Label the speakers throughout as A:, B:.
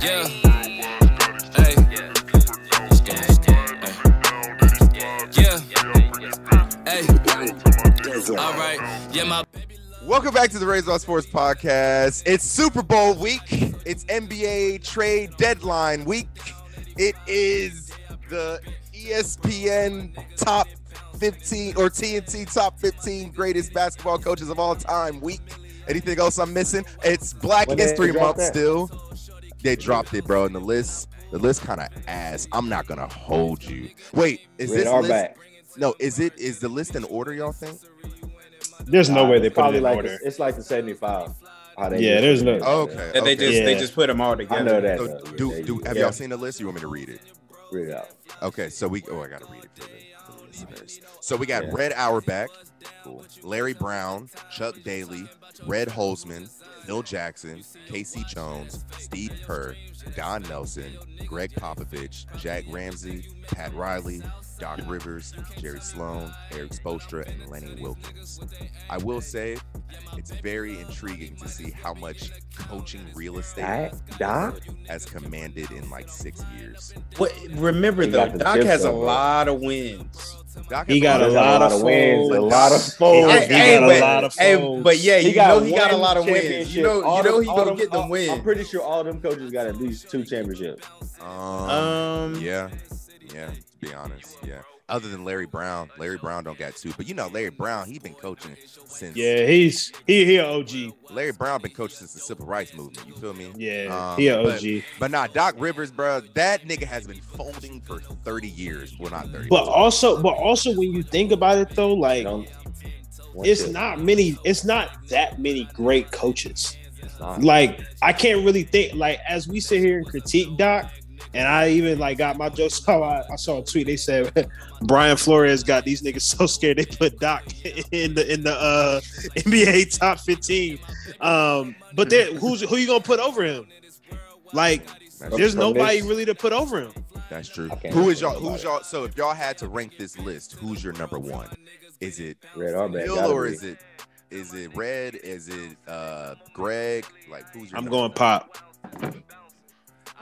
A: Yeah. Hey. Yeah. Hey. All right. Yeah, my baby.
B: Welcome back to the Raised by Sports Podcast. It's Super Bowl week. It's NBA trade deadline week. It is the E ESPN top 15 or TNT top 15 greatest basketball coaches of all time week. Anything else I'm missing? It's Black
C: When they
B: History Month
C: drop that?
B: still. They dropped it, bro, and the list. The list kind of ass. I'm not gonna hold you. Wait, is
C: Red
B: this
C: are
B: list?
C: back.
B: No, is it is the list in order? Y'all think?
D: There's no way they
C: It's
D: put it
C: probably
D: in
C: like
D: order.
C: the, it's like the seventy five.
D: Yeah, there's no-
B: Okay.
E: And they
B: okay.
E: just they
D: Yeah.
E: just put them all
C: I
E: together.
C: know that.
B: So
C: though.
B: do
C: They-
B: do have
C: yeah,
B: y'all seen the list? You want me to read it?
C: read it out.
B: Okay, so we oh I gotta read it for the, for the listeners. So we got
C: Yeah.
B: Red Auerbach, cool. Larry Brown, Chuck Daly, Red Holzman, Phil Jackson, Casey Jones, Steve Kerr, Don Nelson, Greg Popovich, Jack Ramsey, Pat Riley, Doc Rivers, Jerry Sloan, Eric Spoelstra, and Lenny Wilkins. I will say it's very intriguing to see how much coaching real estate
C: Doc, Doc?
B: has commanded in like six years.
E: What, remember
C: He
E: though,
C: got the uh,
E: Doc
C: gifts
E: has a
C: though, bro.
E: lot of wins.
B: Doc
D: He
B: has
D: got a
C: There's
D: lot of
C: of wins, a
D: folds.
C: lot of folds.
D: Hey,
C: He
D: hey,
C: got a
D: wait.
C: lot of-
D: of folds.
E: but yeah,
C: He
E: you know he got a
C: one
E: lot of wins. You
C: championship.
E: know,
C: All
E: you know
C: them-
E: he
C: all
E: gonna
C: them-
E: get the
C: all- I'm
E: win.
C: pretty sure all them coaches got at least two championships.
B: Um,
E: Um,
B: yeah, yeah. To be honest, yeah. Other than Larry Brown, Larry Brown don't got two, but you know Larry Brown, he been coaching since.
D: Yeah, he's he he a OG.
B: Larry Brown been coaching since the civil rights movement. You feel me?
D: Yeah,
B: Um,
D: he a
B: but-
D: OG.
B: But nah, Doc Rivers, bro, that nigga has been folding for thirty years. Well, not thirty.
D: But also, but also when you think about it though,
C: You
D: like
C: know? One
D: it's
C: chip.
D: not many, it's not that many great coaches.
C: It's not.
D: Like I can't really think like as we sit here and critique Doc, and I even like got my jokes. So I, I saw a tweet. They said Brian Flores got these niggas so scared they put Doc in the in the uh, NBA top fifteen. Um, but then who's who you gonna put over him? Like
B: That's,
D: there's
C: From
D: nobody
C: this-
D: really to put over him.
B: that's true.
C: I can't
B: Who is y'all?
C: remember
B: Who's
C: nobody.
B: y'all? So if y'all had to rank this list, who's your number one? Is it
C: Red Auerbach.
B: Bill
C: gotta
B: or
C: be.
B: is it is it Red? Is it uh Greg? Like who's your?
D: I'm
B: number
D: going
B: one?
D: pop.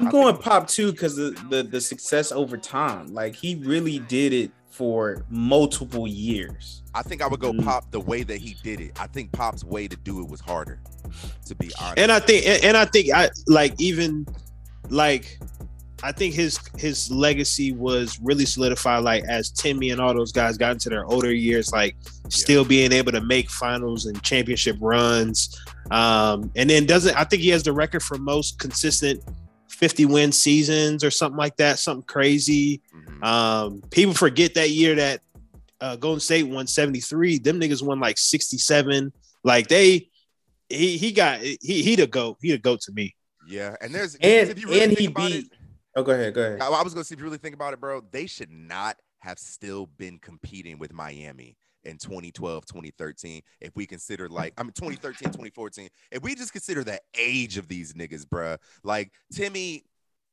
E: I'm going pop too because the, the the success over time. Like he really did it for multiple years.
B: I think I would go
E: Mm-hmm.
D: Mm.
B: Pop the way that he did it. I think Pop's way to do it was harder, to be honest.
D: and I think and, and I think I like even like I think his his legacy was really solidified like as Timmy and all those guys got into their older years like still being able to make finals and championship runs um and then doesn't I think he has the record for most consistent 50 win seasons or something like that something crazy
B: Mhm.
D: um people forget that year that uh Golden State won 73 them niggas won like 67 like they he he got he he the goat. He the goat to me.
B: yeah, and there's
E: And
B: if you really
E: and
B: think
E: he
B: about
E: beat. Oh, go ahead, go
B: it,
E: ahead.
B: I, I was gonna see if you really think about it, bro. They should not have still been competing with Miami in 2012, 2013. If we consider like I mean 2013, 2014, if we just consider the age of these niggas, bruh. Like Timmy,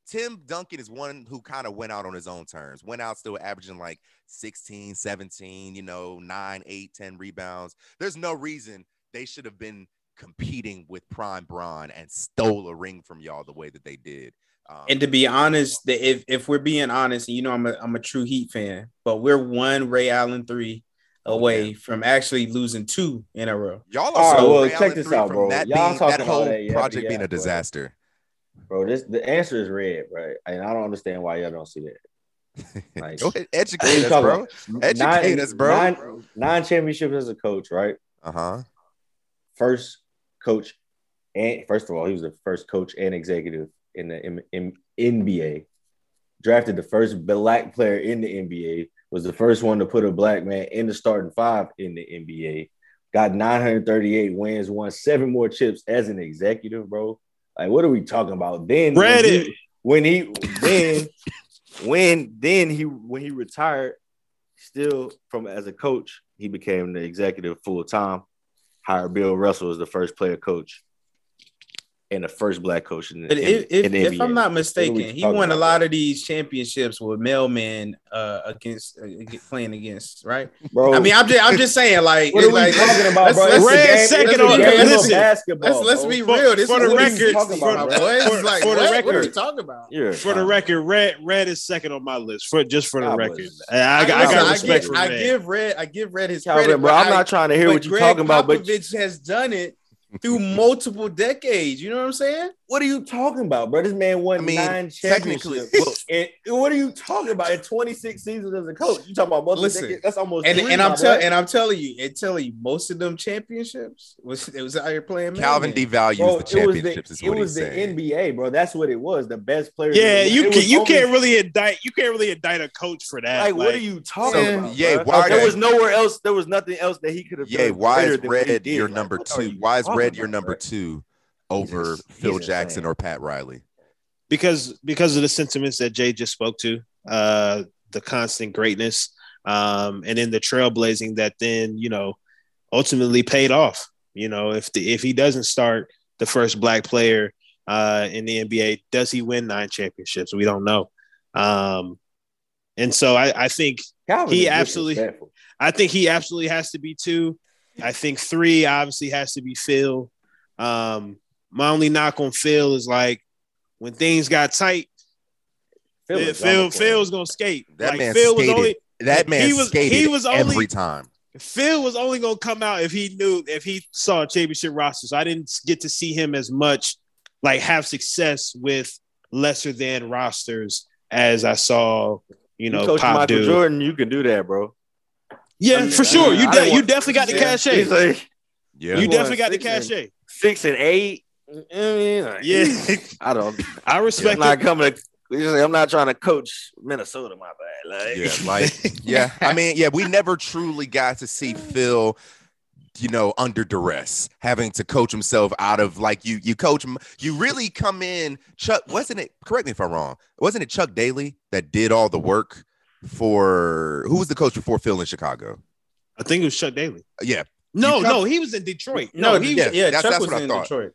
B: Tim Duncan is one who kind of went out on his own terms, went out still averaging like 16, 17, you know, 9, 8, 10 rebounds. There's no reason they should have been competing with Prime Braun and stole a ring from y'all the way that they did. Um,
E: And to be honest, the- if if we're being honest, and you know I'm a I'm a true Heat fan, but we're one Ray Allen three away from actually losing two in a row.
B: y'all
C: All
B: are
C: right,
B: so
C: well,
B: Ray
C: check
B: Allen
C: this
B: three
C: out,
B: from
C: bro.
B: That,
C: Y'all
B: being,
C: talking
B: that
C: about
B: whole
C: that, yeah,
B: project
C: yeah,
B: being a
C: bro.
B: disaster.
C: bro. This the answer is red, right? And I don't understand why y'all don't see that. Like,
B: Go ahead,
C: What are
B: educate
C: you
B: us,
C: talking
B: bro.
C: about?
B: Educate
C: Nine-
B: us, bro.
C: Nine, nine championships as a coach, right?
B: Uh huh.
C: First coach, and first of all, he was the first coach and executive in the M- M- NBA. Drafted the first black player in the NBA. Was the first one to put a black man in the starting five in the NBA. Got 938 wins, won seven more chips as an executive, bro. Like, what are we talking about? Then when he-
D: Reddit.
C: when he then when then he when he retired still from as a coach he became the executive full time hired bill russell as the first player coach and the first black coach in, the-
E: But
C: in-
E: if, if,
C: in the
E: if
C: NBA.
E: I'm not
C: we
E: mistaken, he
C: talking
E: won a
C: about?
E: lot of these championships with mailman uh, against uh, ag- playing against, right?
C: bro,
E: I mean, I'm just I'm just saying, like,
C: Oh. what are
E: it's
C: we
E: like-
C: talking about,
E: let's-
C: bro?
E: let's-
C: It's a
D: Red
C: game-
D: second
C: it's a
E: on-
C: game of
E: listen,
C: basketball,
E: Let's let's
C: bro.
E: be
D: For-
E: real. This
D: for
E: is
D: the
E: what
D: record-
E: he's talking
C: for-
E: about, boy. It's
D: for-
E: like,
D: for the
E: what, what are we
D: record.
E: talking about?
C: You're
D: For the
C: fine.
D: record, red red is second on my list. For just for the
C: I
D: record,
C: was-
D: And I, I,
E: listen,
D: got
E: I
D: respect
E: give,
D: for
E: I
D: red.
E: give red. I give red his
C: Calvin,
E: credit,
C: bro,
E: but
C: I'm
E: I-
C: not trying to hear
E: but
C: what you're
E: Greg
C: talking about, but
E: Popovich has done it through multiple decades. You know what I'm saying?
C: what are you talking about, bro? This man won
B: I mean,
C: nine
B: technically-
C: championships. and what are you talking about? In 26 seasons as a coach, you talking about multiple
E: Listen,
C: decades? That's almost
E: And
C: three,
E: and
C: my
E: I'm
C: boy.
E: telling and I'm telling you, and telling you, most of them championships was it was out here playing.
B: Calvin
E: man-man.
B: devalues
C: Bro,
B: the
C: it was
B: championships. is
C: the, it
B: what he's
C: was the
B: saying.
C: NBA, bro. That's what it was. The best player.
D: yeah, you can, you can't really indict you can't really indict a coach for that.
C: Like, what are you talking
B: So,
C: about?
B: yeah,
C: bro?
B: why
C: there
B: they-
C: was nowhere else. There was nothing else that he could have.
B: Yeah,
C: done
B: why
C: greater
B: is
C: than what he
B: Red
C: did.
B: your
C: Like,
B: number
C: what are
B: two?
C: you
B: Why is
C: talking
B: Red your
C: about,
B: number
C: bro?
B: two over
C: He's
B: Phil
C: insane.
B: Jackson or Pat Riley?
D: because because of the sentiments that Jay just spoke to, uh, the constant greatness, um, and then the trailblazing that then you know ultimately paid off. You know, if the if he doesn't start the first black player uh, in the NBA, does he win nine championships? We don't know. Um, and so I, I think
C: Calvin
D: He
C: is
D: absolutely-
C: disrespectful.
D: I think he absolutely has to be two. I think three obviously has to be Phil. Um, my only knock on Phil is like when things got tight,
C: Phil,
D: Phil,
C: is
D: Phil
C: almost
D: Phil's gonna skate.
B: That
D: like
B: man
D: Phil
B: skated.
D: was only
B: That
D: He
B: man
D: was-
B: skated
D: he was only-
B: every time.
D: Phil was only gonna come out if he knew if he saw a championship roster. So I didn't get to see him as much like have success with lesser than rosters as I saw, you know,
C: coach
D: Pop
C: Michael
D: do.
C: Jordan, you can do that, bro.
D: Yeah,
E: I mean,
D: for sure.
C: I
D: You
C: didn't
D: de- you
C: want-
D: definitely got the
E: Yeah.
D: cachet.
C: He's like
B: Yeah.
D: you
C: he
D: definitely
C: won
D: got the
C: six
D: cachet.
C: six and eight. I mean, like,
D: Yeah,
C: I don't.
D: I
C: I'm
D: respect
C: not coming to. I'm not trying to coach Minnesota, my bad. Like,
B: yeah, like yeah. I mean, yeah, we never truly got to see Phil, you know, under duress, having to coach himself out of like you you coach him, you really come in Chuck, wasn't it? Correct me if I'm wrong. Wasn't it Chuck Daly that did all the work for who was the coach before Phil in Chicago?
D: I think it was Chuck Daly.
B: Yeah,
D: No,
B: You
D: no, he was in Detroit.
E: No,
D: No, he
E: yeah,
B: yeah,
E: yeah
B: that's-
E: Chuck
B: that's
E: was
B: what I
E: in
B: thought.
E: Detroit.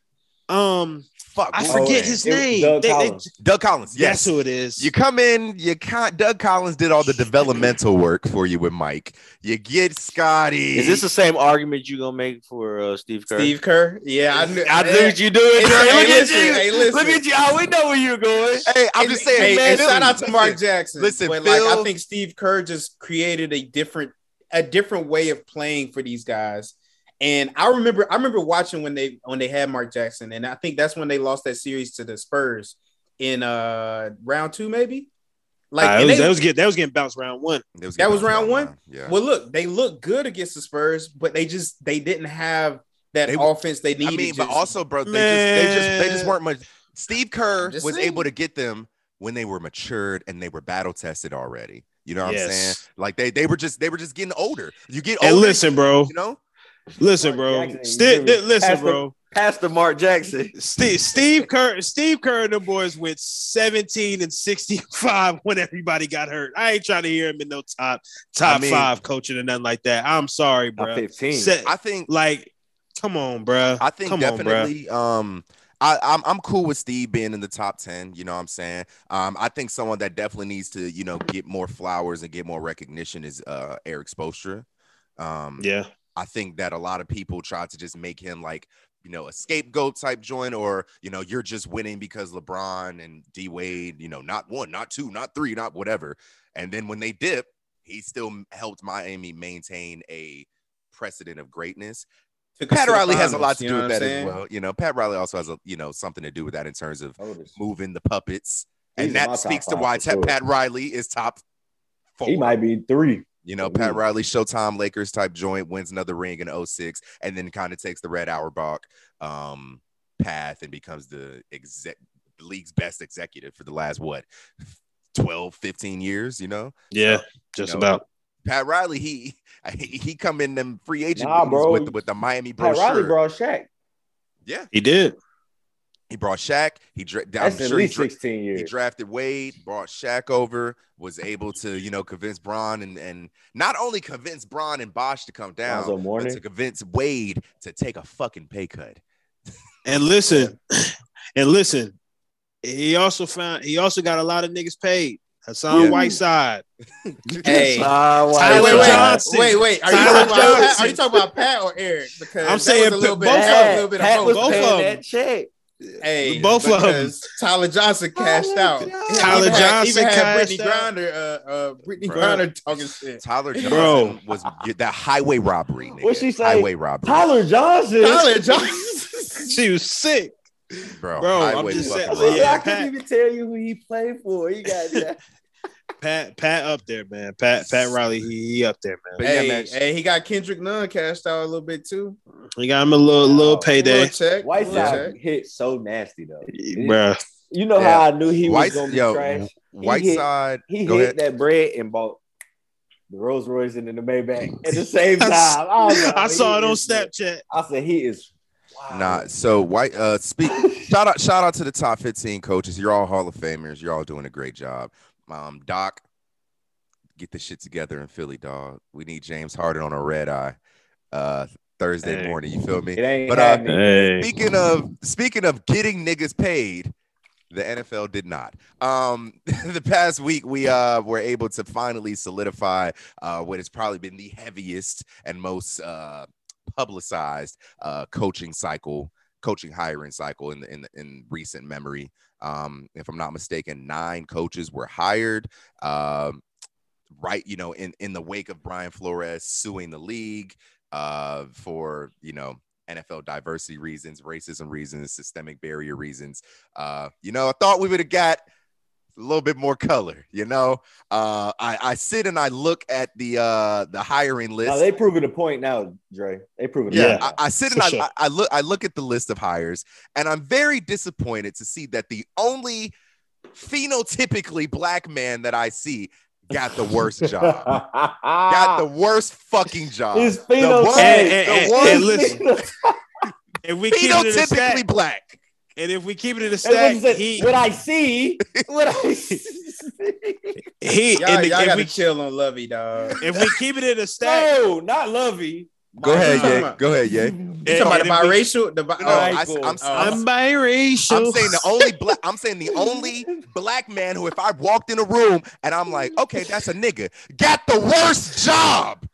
D: um
B: fuck. what
D: I
B: was
D: forget
B: it?
D: his
C: it was
D: name.
C: Doug
D: They- they-
C: Collins.
B: Doug Collins.
D: That's
B: Yes,
D: who it is.
B: You come in, you con- Doug Collins did all the developmental work for you with Mike. You get Scotty.
C: Is this the same argument you gonna make for uh, Steve Kerr?
E: Steve Kerr. Yeah, I knew.
C: I knew what you do it.
E: Hey,
C: Dre.
E: hey,
C: look
E: listen,
C: at you.
E: hey, listen.
C: Look at you. Oh, we know where you're going.
B: hey, I'm just saying,
E: Hey,
B: man.
E: and shout out to
B: listen,
E: Mark Jackson.
B: listen,
E: but like
B: Phil-
E: I think Steve Kerr just created a different a different way of playing for these guys. And I remember I remember watching when they when they had Mark Jackson, and I think that's when they lost that series to the Spurs in uh round two, maybe. Like
D: Nah, that,
E: and
D: was,
E: they-
D: that was get that was getting bounced round one.
B: That was,
E: That was round one?
B: Yeah.
E: well, look, they looked good against the Spurs, but they just they didn't have that
B: They-
E: offense they needed.
B: I mean, but
E: just-
B: also, bro, they just, they just they just
D: Man.
B: weren't much. Steve Kerr
E: I'm just
B: was
E: saying.
B: able to get them when they were matured and they were battle tested already. You know what I'm saying?
D: Yes.
B: Like they they were just they were just getting older. You get older,
D: And listen, bro.
B: you know.
D: Listen,
C: Mark
D: bro.
C: Jackson,
D: Steve,
C: you give me half
D: listen,
C: a-
D: bro.
C: Pastor Mark Jackson.
D: Steve, Steve Kerr, Steve Kerr and the boys went 17 and 65 when everybody got hurt. I ain't trying to hear him in no top top
B: I mean-
D: five coaching or nothing like that. I'm sorry,
C: Top
D: bro.
C: 15.
D: Se-
B: I think
D: like, come on, bro.
B: I think
D: Come on, bruh.
B: definitely. um, I, I'm I'm cool with Steve being in the top ten. You know what I'm saying. Um, I think someone that definitely needs to you know get more flowers and get more recognition is uh Eric Spoelstra. Um,
D: Yeah.
B: I think that a lot of people try to just make him like you know a scapegoat type joint, or you know you're just winning because LeBron and D Wade, you know, not one, not two, not three, not whatever. And then when they dip, he still helped Miami maintain a precedent of greatness.
E: took us
B: Pat
E: to the
B: Riley has a
E: finals,
B: lot to
E: you
B: do
E: know
B: with
E: what I'm
B: that as
E: saying?
B: well. You know, Pat Riley also has a you know something to do with that in terms of
C: Oldest.
B: moving the puppets,
C: He's
B: and
C: in my
B: that
C: top
B: speaks to
C: five
B: why
C: for
B: Ta-
C: sure.
B: Pat Riley is top four.
C: He might be three.
B: you know,
C: for
B: Pat
C: me.
B: Riley, Showtime Lakers type joint, wins another ring in 06, and then kind of takes the Red Auerbach um, path and becomes the exec- the league's best executive for the last what 12, 15 years. You know,
D: Yeah. Just
B: know,
D: about.
B: Pat Riley, he he come in them free agent
C: Nah,
B: meetings
C: bro.
B: with with the Miami
C: Pat
B: brochure.
C: Riley brought Shaq.
B: Yeah,
D: He did.
B: he brought Shaq. He dra- I'm
C: That's at
B: sure he
C: least
B: dra-
C: 16
B: He
C: years.
B: drafted Wade, brought Shaq over, was able to, you know, convince Braun and and not only convince Braun and Bosch to come down,
C: Lonzo
B: but
C: Mourning.
B: to convince Wade to take a fucking pay cut.
D: And listen, And listen, he also found he also got a lot of niggas paid. Hassan
B: Yeah.
D: Whiteside,
E: Hey.
C: Ah, why-
E: Wait, wait,
D: Tyler
E: wait,
D: Johnson.
E: wait, wait. Are you,
D: Tyler
E: talking about, Pat-
D: Johnson.
E: are you talking about Pat or Eric? Because
D: I'm
E: that
D: saying
E: was a little
D: Pat- both of
E: bit, that was a little bit
C: Pat
E: of
C: was
D: both
E: both.
C: paying
D: of
C: that check.
E: Hey,
D: Both of 'em.
E: because Tyler Johnson cashed out.
D: Tyler
E: even had-
D: Johnson
E: even had
D: cashed
E: Brittany
D: out.
E: Grinder, uh, uh, Brittany
B: Bro.
E: Grinder talking shit.
B: Tyler Johnson
D: Bro.
B: was that highway robbery. Nigga.
C: What'd she say?
B: Highway robbery.
C: Tyler Johnson.
E: Tyler Johnson.
D: she was sick.
B: bro.
D: Bro, I'm
B: highway
D: just
B: fucking
D: saying-
C: I, mean,
B: robbery.
D: Yeah,
C: I couldn't
D: Pat-
C: even tell you who he played for. He got that.
D: Pat Pat up there, man. Pat Pat Riley, he, he up there, man.
B: But yeah,
E: hey,
B: man.
E: hey, he got Kendrick Nunn cashed out a little bit too.
D: We got him a little little payday,
E: Little check. little
C: Whiteside
E: check.
C: hit so nasty though.
D: bro.
C: You know
B: Yeah.
C: how I knew he
B: White,
C: was gonna be
B: yo,
C: trash.
B: Whiteside.
C: He
B: Go
C: hit
B: ahead.
C: that bread and bought the Rolls Royce and then the Maybach at the same time. I, was like,
D: I
C: Oh, he
D: saw it on
C: is-
D: Snapchat.
C: I said he is. Wow.
B: Nah, so white. Uh, speak. shout out, shout out to the top fifteen coaches. You're all Hall of Famers. You're all doing a great job. Um, Doc, get this shit together in Philly, dog. We need James Harden on a red eye. Uh, Thursday
D: Hey.
B: morning. You feel me?
C: it ain't
B: but, uh,
C: happening.
D: Hey,
B: Speaking of speaking of getting niggas paid, the NFL did not. Um, the past week we uh were able to finally solidify uh what has probably been the heaviest and most uh publicized uh coaching cycle, coaching hiring cycle in the, in the, in recent memory. Um, if I'm not mistaken, nine coaches were hired. Um, right, you know, in in the wake of Brian Flores suing the league uh for you know NFL diversity reasons, racism reasons, systemic barrier reasons. Uh, you know, I thought we would have got a little bit more color. You know, uh, I, I sit and I look at the uh, the hiring list.
C: Nah, they proving a point now, Dre. They proving.
D: Yeah.
C: Yeah,
B: I, I sit
D: for
B: and I,
D: sure.
B: I, I look I look at the list of hires, and I'm very disappointed to see that the only phenotypically black man that I see got the worst job. Got the worst fucking job.
C: His
B: the one,
C: phenotype.
D: Hey, hey,
B: the one
D: hey, listen. if we keep it in the
B: phenotypically
D: stack,
B: black.
D: and if we keep it in the
C: That's what
D: stack,
C: he said.
D: he
C: What I see, what I see.
D: he.
E: Y'all,
D: and the-
E: y'all
D: if
E: gotta
D: we
E: chill on Lovey, dog.
D: if we keep it in the stack,
C: no, not Lovey.
B: Go ahead,
E: talking
B: yeah.
E: about?
B: Go ahead, yeah.
E: You
D: and-
E: talking
D: and if
E: about
D: we-
E: biracial? The bi-
B: No,
E: oh,
B: I,
C: Michael.
B: am
D: I'm biracial.
B: I'm saying the only black. I'm saying the only black man who, if I walked in a room and I'm like, okay, that's a nigga, got the worst job.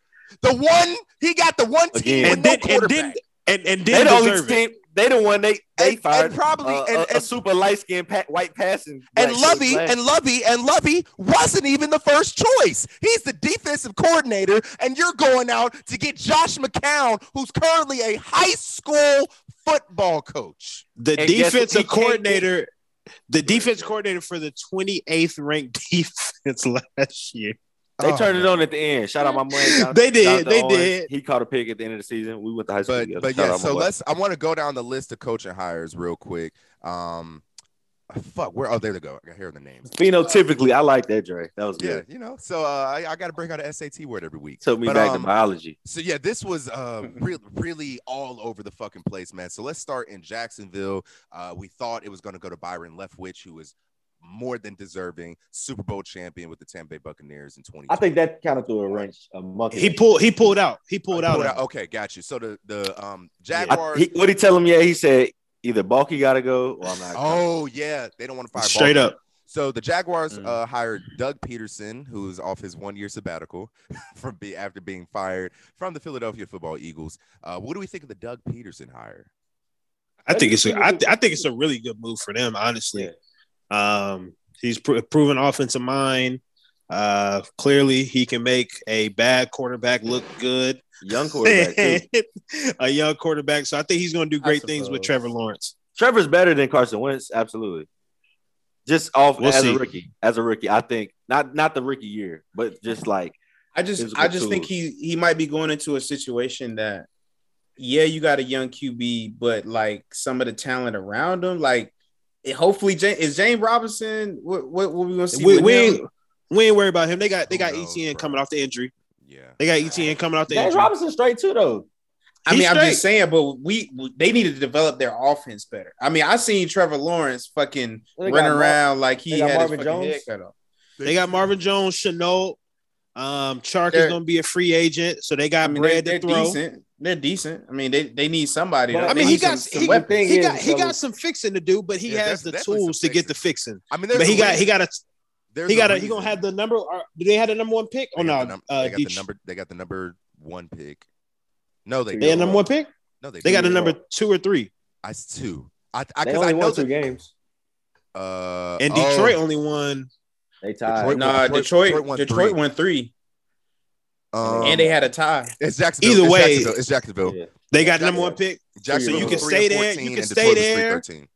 B: The one he got the one team
C: Again.
B: with
D: and
B: no
D: then and
B: quarterback.
D: then and and
C: They
D: then
C: the only
D: deserve it.
C: team. They the one they they
B: And- and
C: fired.
B: probably-
C: uh,
B: and-
C: a- a
B: and-
C: super light skinned pa- white passing
B: and
C: black
B: Lovey
C: coach last-
B: and Lovey and Lovey wasn't even the first choice. He's the defensive coordinator, and you're going out to get Josh McCown, who's currently a high school football coach.
D: The
C: And guess what? He
D: defensive
C: can't get-
D: coordinator, the defense coordinator for the 28th ranked defense last year.
C: they
B: Oh,
C: turned
B: man.
C: it on at the end. Shout out my man. Jonathan-
D: They did.
C: Jonathan
D: They
C: Owens.
D: did.
C: He caught a pig at the end of the season. We went to high school.
B: but
C: together.
B: but
C: Shout out
B: yeah,
C: my
B: so
C: boy.
B: let's. I want to go down the list of coaching hires real quick. Um, fuck, where? Oh, there they go. I hear the names.
C: phenotypically. I like that, Dre. That was
B: Yeah,
C: good.
B: you know. So uh, I, I got to break out an SAT word every week.
C: Took me
B: But,
C: back
B: um,
C: to biology.
B: So yeah, this was uh really really all over the fucking place, man. So let's start in Jacksonville. Uh, we thought it was gonna go to Byron Leftwich, who was more than deserving Super Bowl champion with the Tampa Bay Buccaneers in 20.
C: I think that kind of threw a wrench. A monkey.
D: He pulled. He pulled out. He pulled out.
B: Okay, got you. So the the um
C: I,
B: Jaguars.
C: he, what he tell him? Yeah, he said either Balky got to go or I'm not. going.
B: oh yeah, they don't want to fire.
D: Straight
B: Baltimore.
D: up. Mm.
B: So the Jaguars
C: Mhm.
B: uh, hired Doug Peterson, who's off his one-year sabbatical from be- after being fired from the Philadelphia Football Eagles. Uh, what do we think of the Doug Peterson hire?
D: I think it's a, I, th- I think it's a really good move for them, honestly. Um, he's pr- proven offensive mind. Uh, clearly, he can make a bad quarterback look good.
C: Young quarterback too.
D: a young quarterback, so I think he's going to do great things with
E: suppose.
D: Trevor Lawrence.
C: Trevor's better than Carson Wentz, absolutely. Just off
D: We'll
C: as
D: see.
C: a rookie, as a rookie, I think not not the rookie year, but just like
E: I
C: It's
E: just
C: a
E: I
C: good
E: just think
C: tool.
E: he he might be going into a situation that yeah, you got a young QB, but like some of the talent around him, like it, hopefully Ja- is James Robinson. What what, what we gonna see?
D: We,
E: with
D: we
E: him?
D: ain't, we ain't worried about him. They got they
B: Who
D: got
B: knows,
D: ETN
B: bro?
D: coming off the injury.
B: Yeah.
D: They got ETN coming off the
C: James
D: injury.
C: Robinson straight too though.
E: I mean,
D: He's
E: I'm just
D: straight.
E: saying, but we they need to develop their offense better. I mean, I seen Trevor Lawrence fucking
C: They got
E: run
C: Mar-
E: around like he
C: they got
E: had his
C: Marvin
E: fucking head
C: Jones.
E: cut off.
D: They got Marvin Jones, Chenault. Um, Chark is
E: They're-
D: going to be a free agent, so they got
E: I mean, they,
D: bread
E: they're
D: to throw.
E: decent. They're decent. I mean, they they need somebody.
C: But
E: though.
D: I
E: They
D: mean,
E: need
D: he
E: some-
D: got
E: some
D: he,
E: weapons.
C: thing
D: he
C: is,
D: got he
C: though-
D: got some fixing to do, but he
B: Yeah,
D: has
B: that's
D: the
B: definitely
D: tools to
B: some
D: get the fixing.
B: I mean, there's
D: But he
B: a
D: got he
B: reason-
D: got a
B: there's
D: he got a, he
B: reason.
D: gonna have the number. Or, do they have the number one pick
B: They
D: or
B: got
D: no?
B: the num-
D: uh,
B: they got the
D: Detroit-
B: number. They got the number one pick. No, they
D: They had
B: don't.
D: number one pick.
B: No, they
D: They got
B: don't.
D: the number two or three,
B: I s- two. I I,
C: They
B: 'cause I
C: only
B: know
C: won two
B: that.
C: games.
B: Uh,
D: and
B: oh,
D: Detroit only won.
C: They tied.
B: Detroit-
E: Nah,
B: Detroit-
E: Detroit
B: Detroit
E: Detroit
B: won
E: won,
B: three.
E: three.
B: um,
E: and they had a tie.
B: It's Jacksonville.
D: Either
B: It's
D: way-
B: Jacksonville. it's Jacksonville.
C: Yeah.
D: They got
B: Exactly.
D: the number one pick.
B: Jacksonville
C: you
B: was
C: can
B: three
D: stay
B: and
D: there, you
B: 14,
D: can
B: and
D: stay
B: Detroit was
D: there.
B: 313.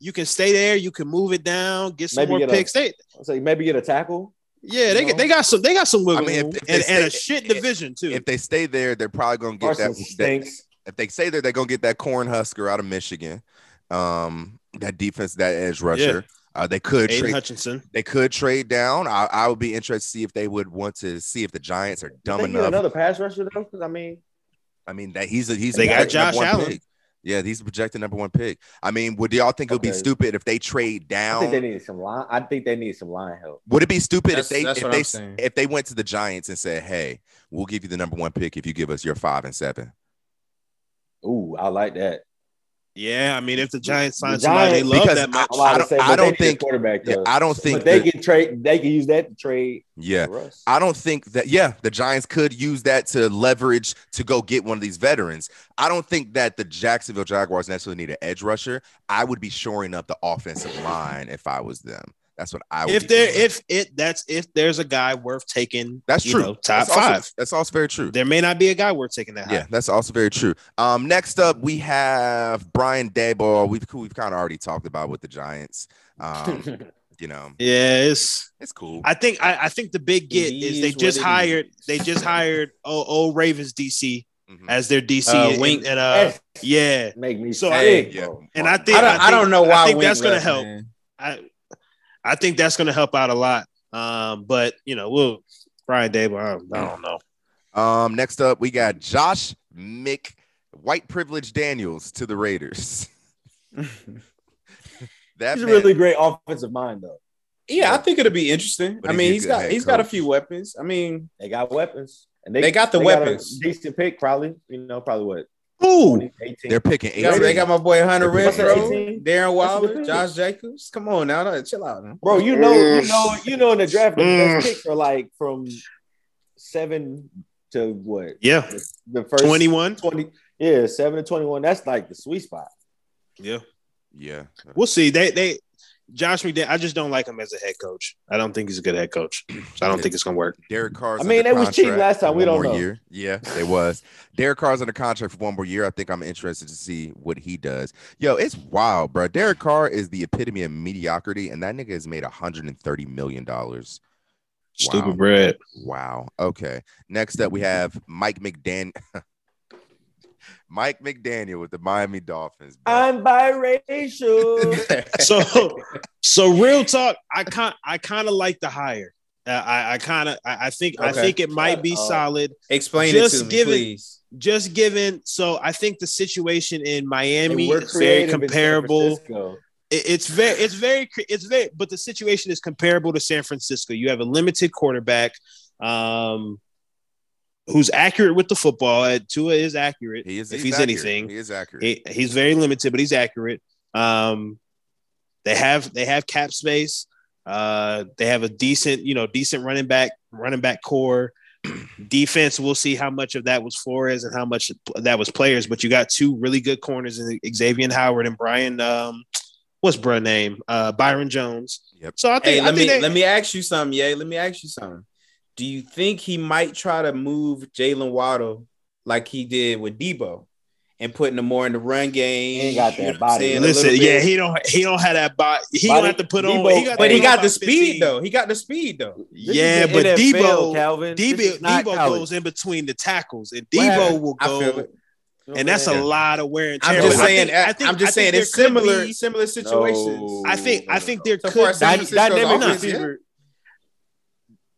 D: You can stay there. You can move it down. Get some
C: Maybe
D: more
C: get a-
D: picks. They,
C: I was like, maybe get a tackle.
D: yeah, they
C: No.
D: they got some. They got some wiggle
B: I mean, if-
D: room
B: if they
D: and, and a
B: stay-
D: shit
B: if-
D: division too.
B: If they stay there, they're probably gonna get
C: Carson
B: that, that.
C: stinks.
B: If they stay there, they're gonna get that corn husker out of Michigan. Um, that defense, that edge rusher. Uh, they could
D: Aiden
B: trade
D: Hutchinson.
B: They could trade down. I, I would be interested to see if they would want to see if the Giants are dumb
C: they get
B: enough.
C: another pass rusher though, because I mean,
B: I mean that he's a, he's
D: They
B: a
D: got
B: projected
D: Josh
B: number one
D: Allen.
B: Pick. Yeah, he's a projected number one pick. I mean, would y'all think it would be
C: Okay.
B: stupid if they trade
C: I
B: down?
C: think they need some line. I think they need some line help.
B: would it be stupid if
E: That's-
B: they
E: that's
B: if
E: what
B: they
E: I'm
B: s-
E: saying.
B: if they went to the Giants and said, "Hey, we'll give you the number one pick if you give us your five and seven.
C: Ooh, I like that.
D: Yeah, I mean, if the Giants
C: The
D: sign somebody, they
C: Giants-
D: love
B: because
D: that
B: I-
D: much.
C: A lot
B: I
C: to
B: don't-
C: say,
B: I
C: but they
B: don't
C: need a
B: think-
C: quarterback
B: Yeah,
C: though.
B: I don't think
C: but they
B: that-
C: can trade. They can use that to trade
B: yeah,
C: Russ.
B: I don't think that. Yeah, the Giants could use that to leverage to go get one of these veterans. I don't think that the Jacksonville Jaguars necessarily need an edge rusher. I would be shoring up the offensive line if I was them. That's what I would.
D: if
B: be
D: there
B: doing.
D: if it that's if there's a guy worth taking
B: that's
D: you
B: true,
D: know, top
B: That's also-
D: five
B: that's also very true.
D: there may not be a guy worth taking that high.
B: Yeah, that's also very true. Um, next up we have Brian Dayball. We've we've kind of already talked about with the Giants. Um, you know,
D: yeah it's
B: it's cool.
D: i think i, I think the big get
E: It
D: is,
E: is
D: they
E: what
D: just
E: it
D: hired
E: is.
D: they just hired old, old ravens dc
B: Mhm.
D: as their dc
E: Uh,
D: and-
E: Wink.
D: and uh
C: That
D: yeah
C: make me
D: So,
C: so
D: hey,
C: sick.
B: Yeah,
C: bro.
D: and I think-
E: I don't. I, don't know
D: I
E: why.
D: think
E: Wink
D: that's gonna
E: left,
D: help.
E: man.
D: i i think that's going to help out a lot um but you know we'll brian dable i don't, I
B: Mm.
D: don't know
B: Um, next up, we got Josh Mick, white privilege Daniels to the Raiders. That
C: he's a
B: man-
C: really great offensive mind though.
E: yeah, I think it'll be interesting.
B: But
E: I
B: if
E: mean,
B: you
E: he's
B: could
E: got
B: have
E: he's got a
B: coach-
E: few weapons. I mean,
C: They got weapons, and
E: They got the weapons.
C: a decent pick, probably. You know, probably what
D: Ooh,
C: 20, 18.
B: they're picking
E: they got,
B: 18.
E: they got my boy Hunter
B: That's
E: Renfro,
C: amazing.
E: Darren
C: That's
E: Waller,
C: amazing.
E: Josh Jacobs. Come on now, no, chill out. Man.
C: Bro, you know, you know, you know, in the draft, the
D: Mm.
C: best picks are like from seven to what
D: yeah
C: the first
D: 21
C: 20 yeah, seven to twenty-one. That's like the sweet spot.
D: yeah
B: yeah.
D: we'll see they they josh mcdaniel i just don't like him as a head coach i don't think he's a good head coach so i don't think it's going to work
B: Derek Carr's.
C: I mean,
B: under
C: they was cheating
B: contract
C: last time.
B: for
C: We
B: one
C: don't
B: more
C: know.
B: Year. Yeah, they was. Derek Carr's under contract for one more year. I think I'm interested to see what he does. Yo, it's wild, bro. Derek Carr is the epitome of mediocrity, and that nigga has made 130 million dollars. Wow.
D: stupid bread
B: Wow. Okay. Next up, we have Mike McDan. Mike McDaniel with the Miami Dolphins. bro.
C: I'm biracial.
D: so so real talk i kind i kind of like the hire uh, i i kind of I, I think i
E: Okay.
D: think it might be
C: Uh,
D: solid
E: Explain it
D: Just
E: to me,
D: give it-
E: please.
D: just given so i think the situation in
C: And
D: miami
C: we're
D: is very
C: creative in San
D: comparable
C: Francisco.
D: It- it's very it's very cre- it's very but the situation is comparable to san francisco you have a limited quarterback um who's accurate with the football Uh, tua is accurate
B: He is.
D: if he's
B: accurate.
D: anything
B: he is accurate.
D: he, he's very limited, but he's accurate. Um, they have they have cap space. Uh, they have a decent, you know, decent running back running back core. Defense, we'll see how much of that was Flores and how much that was players. But you got two really good corners in Xavier Howard and Brian. Um, what's bro name? Uh, Byron Jones.
B: Yep.
D: So I think
E: Hey,
D: I
E: let me
D: think they-
E: let me ask you something. Yeah, let me ask you something. Do you think he might try to move Jalen Waddle like he did with Debo, and putting him more in the run game?
C: He ain't got
E: You
C: that
E: know what I'm
C: body.
E: saying, a
D: listen.
E: little
D: Yeah,
E: bit?
D: he don't he don't have that body. He
C: Body-
D: don't have to put on.
C: Debo-
D: got
E: but
D: to
E: he
D: put
E: got
D: on
E: the
D: about
E: speed
D: 15.
E: though. He got the speed though.
C: This is
D: Yeah,
C: the
D: but
C: NFL,
D: Debo-
C: Calvin. This
D: Debo,
C: is not
D: Debo
C: college.
D: goes in between the tackles, and
E: What
D: Debo
E: happened?
D: will
E: I feel
D: go,
E: it.
C: You know
D: and
C: what
D: that's a
C: saying?
D: lot of wear and tear.
E: I'm
C: Yeah,
E: just
D: but I
E: saying.
D: think-
E: I
D: I think-
E: am just
D: I
E: saying
D: think
E: it's
D: there could
E: similar,
D: be-
E: similar situations.
D: I think I think there
E: So
D: could
E: far, San
D: be.
E: Francisco's
C: dynamic
E: offense, yeah.
C: receiver.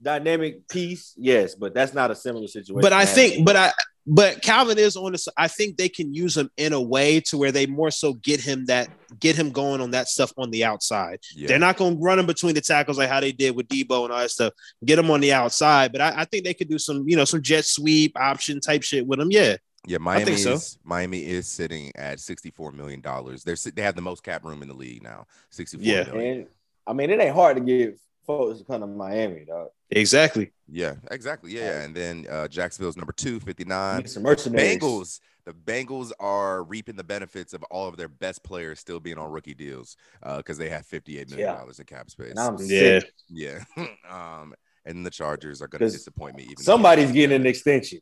C: Dynamic piece, yes, but that's not a similar situation.
D: But I think, but I, but Calvin is on this. I think they can use him in a way to where they more so get him that get him going on that stuff on the outside.
B: Yeah.
D: They're not going to run him between the tackles like how they did with Debo and all that stuff. Get him on the outside, but I, I think they could do some, you know, some jet sweep option type shit with him. Yeah,
B: Yeah, Miami
D: so.
B: is Miami is sitting at sixty four million dollars. They're sit- they have the most cap room in the league now. Sixty four
D: Yeah.
B: million.
C: And I mean, it ain't hard to give folks to come to Miami, dog.
D: Exactly.
B: Yeah, exactly. Yeah, yeah. and then uh, Jacksonville's number two, 59.
C: Get some mercenaries.
B: Bengals. The Bengals are reaping the benefits of all of their best players still being on rookie deals because they have fifty-eight million dollars in cap space.
C: And I'm
D: Yeah.
C: sick.
B: yeah, um, and the Chargers are going to
C: 'Cause
B: disappoint me. Even though-
C: Somebody's getting an extension.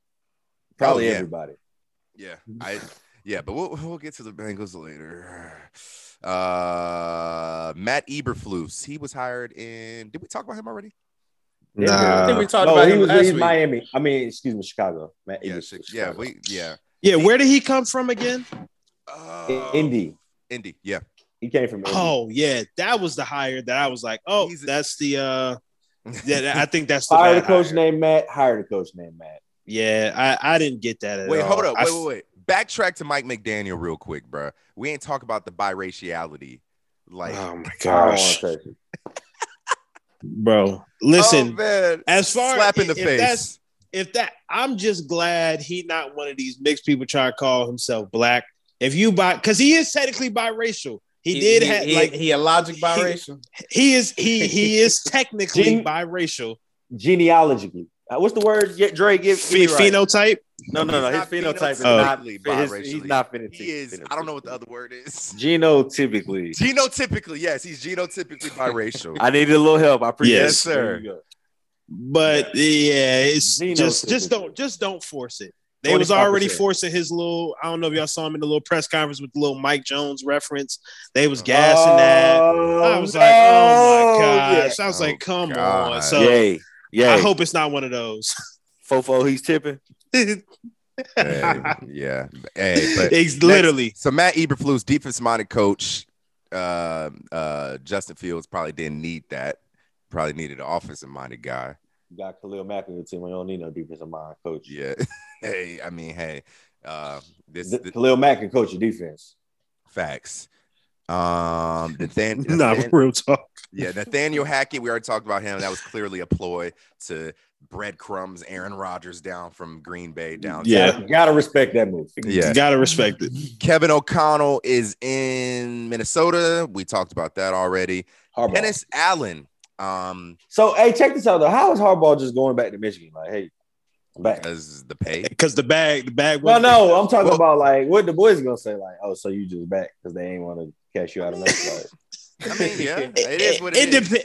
C: Probably
B: Oh, yeah.
C: everybody.
B: Yeah, I yeah, but we'll we'll get to the Bengals later. Uh, Matt Eberflus, he was hired in. Did we talk about him already?
E: I think we talked
C: no,
E: about
C: he
E: him
C: was
E: last
C: he's
E: week.
C: Miami. I mean, excuse me, Chicago. Man,
B: Yeah,
C: Eagles,
B: six- yeah,
C: Chicago.
B: we yeah.
D: Yeah. Where did he come from again?
B: Uh,
C: I- Indy.
B: Indy, yeah.
C: He came from Indy.
D: Oh yeah, that was the hire that I was like, oh,
B: He's-
D: that's the. uh Yeah, that- I think that's the.
C: Hired a
D: bad
C: coach
D: hire.
C: named Matt. Hired a coach named Matt.
D: Yeah, I I didn't get that at
B: Wait,
D: all.
B: hold up.
D: I
B: Wait, wait, wait. Backtrack to Mike McDaniel real quick, bro. We ain't talk about the biraciality. Like,
D: Oh my
C: I don't
D: gosh,
C: wanna touch it.
D: bro! Listen,
B: oh, man.
D: as far
B: slap in the
D: if that's-
B: face.
D: if that, I'm just glad he not one of these mixed people trying to call himself black. If you buy, because he is technically biracial. He, did have
E: he,
D: like
E: he a logic biracial.
D: he is he he is technically
C: Gen-
D: biracial.
C: Genealogically, Uh, what's the word? Get Dre. Give
D: Phe- phenotype.
C: No, no, no.
B: He's
C: His
B: not
C: phenotype is
B: phenotypically
C: not. His, he's
B: biracially.
C: not phenotypic.
B: He is. I don't know what the other word is.
C: Genotypically.
B: Genotypically, yes, he's genotypically biracial.
C: I needed a little help. I appreciate
D: Yes,
C: it.
B: sir.
C: There you go.
D: But yeah, it's
C: Xeno
D: just just
C: typical.
D: don't just don't force it. They was already
C: 25%.
D: forcing his little. I don't know if y'all saw him in the little press conference with the little Mike Jones reference. They was gassing that. I was like, oh my gosh. I was
B: Oh, Oh,
D: like, come
B: God.
D: on.
C: Yeah.
D: So
C: Yay. Yay.
D: I hope it's not one of those.
C: Fofo, he's tipping.
B: Hey, yeah. Hey, but
D: it's literally.
B: So Matt Eberflus, defense-minded coach. Uh, uh, Justin Fields probably didn't need that. Probably needed an offensive-minded guy.
C: You got Khalil Mack on your team. We don't need no defensive mind coach.
B: Yeah. hey, I mean, hey, uh, this
C: Th-
B: th-
C: Khalil Mack can coach your defense.
B: facts. Um, Nathan,
D: nah,
B: Nathan-
D: real talk.
B: yeah, Nathaniel Hackett. We already talked about him. That was clearly a ploy to breadcrumbs Aaron Rodgers down from Green Bay down. to-
D: Yeah.
C: Gotta- gotta respect that move.
B: yeah.
D: You gotta respect it.
B: Kevin O'Connell is in Minnesota. We talked about that already.
C: Harbaugh.
B: Dennis Allen. Um,
C: So hey, check this out though. How is Harbaugh just going back to Michigan? Like, hey, I'm back.
B: as the pay.
D: Because the bag, the bag.
C: No,
D: wasn't-
C: no, I'm talking
B: Well-
C: about like what the boys gonna say. Like, oh, so you just back because they ain't want to catch you out of that.
B: I mean, yeah,
E: It-
B: it is what
D: it
B: it is.
D: depe-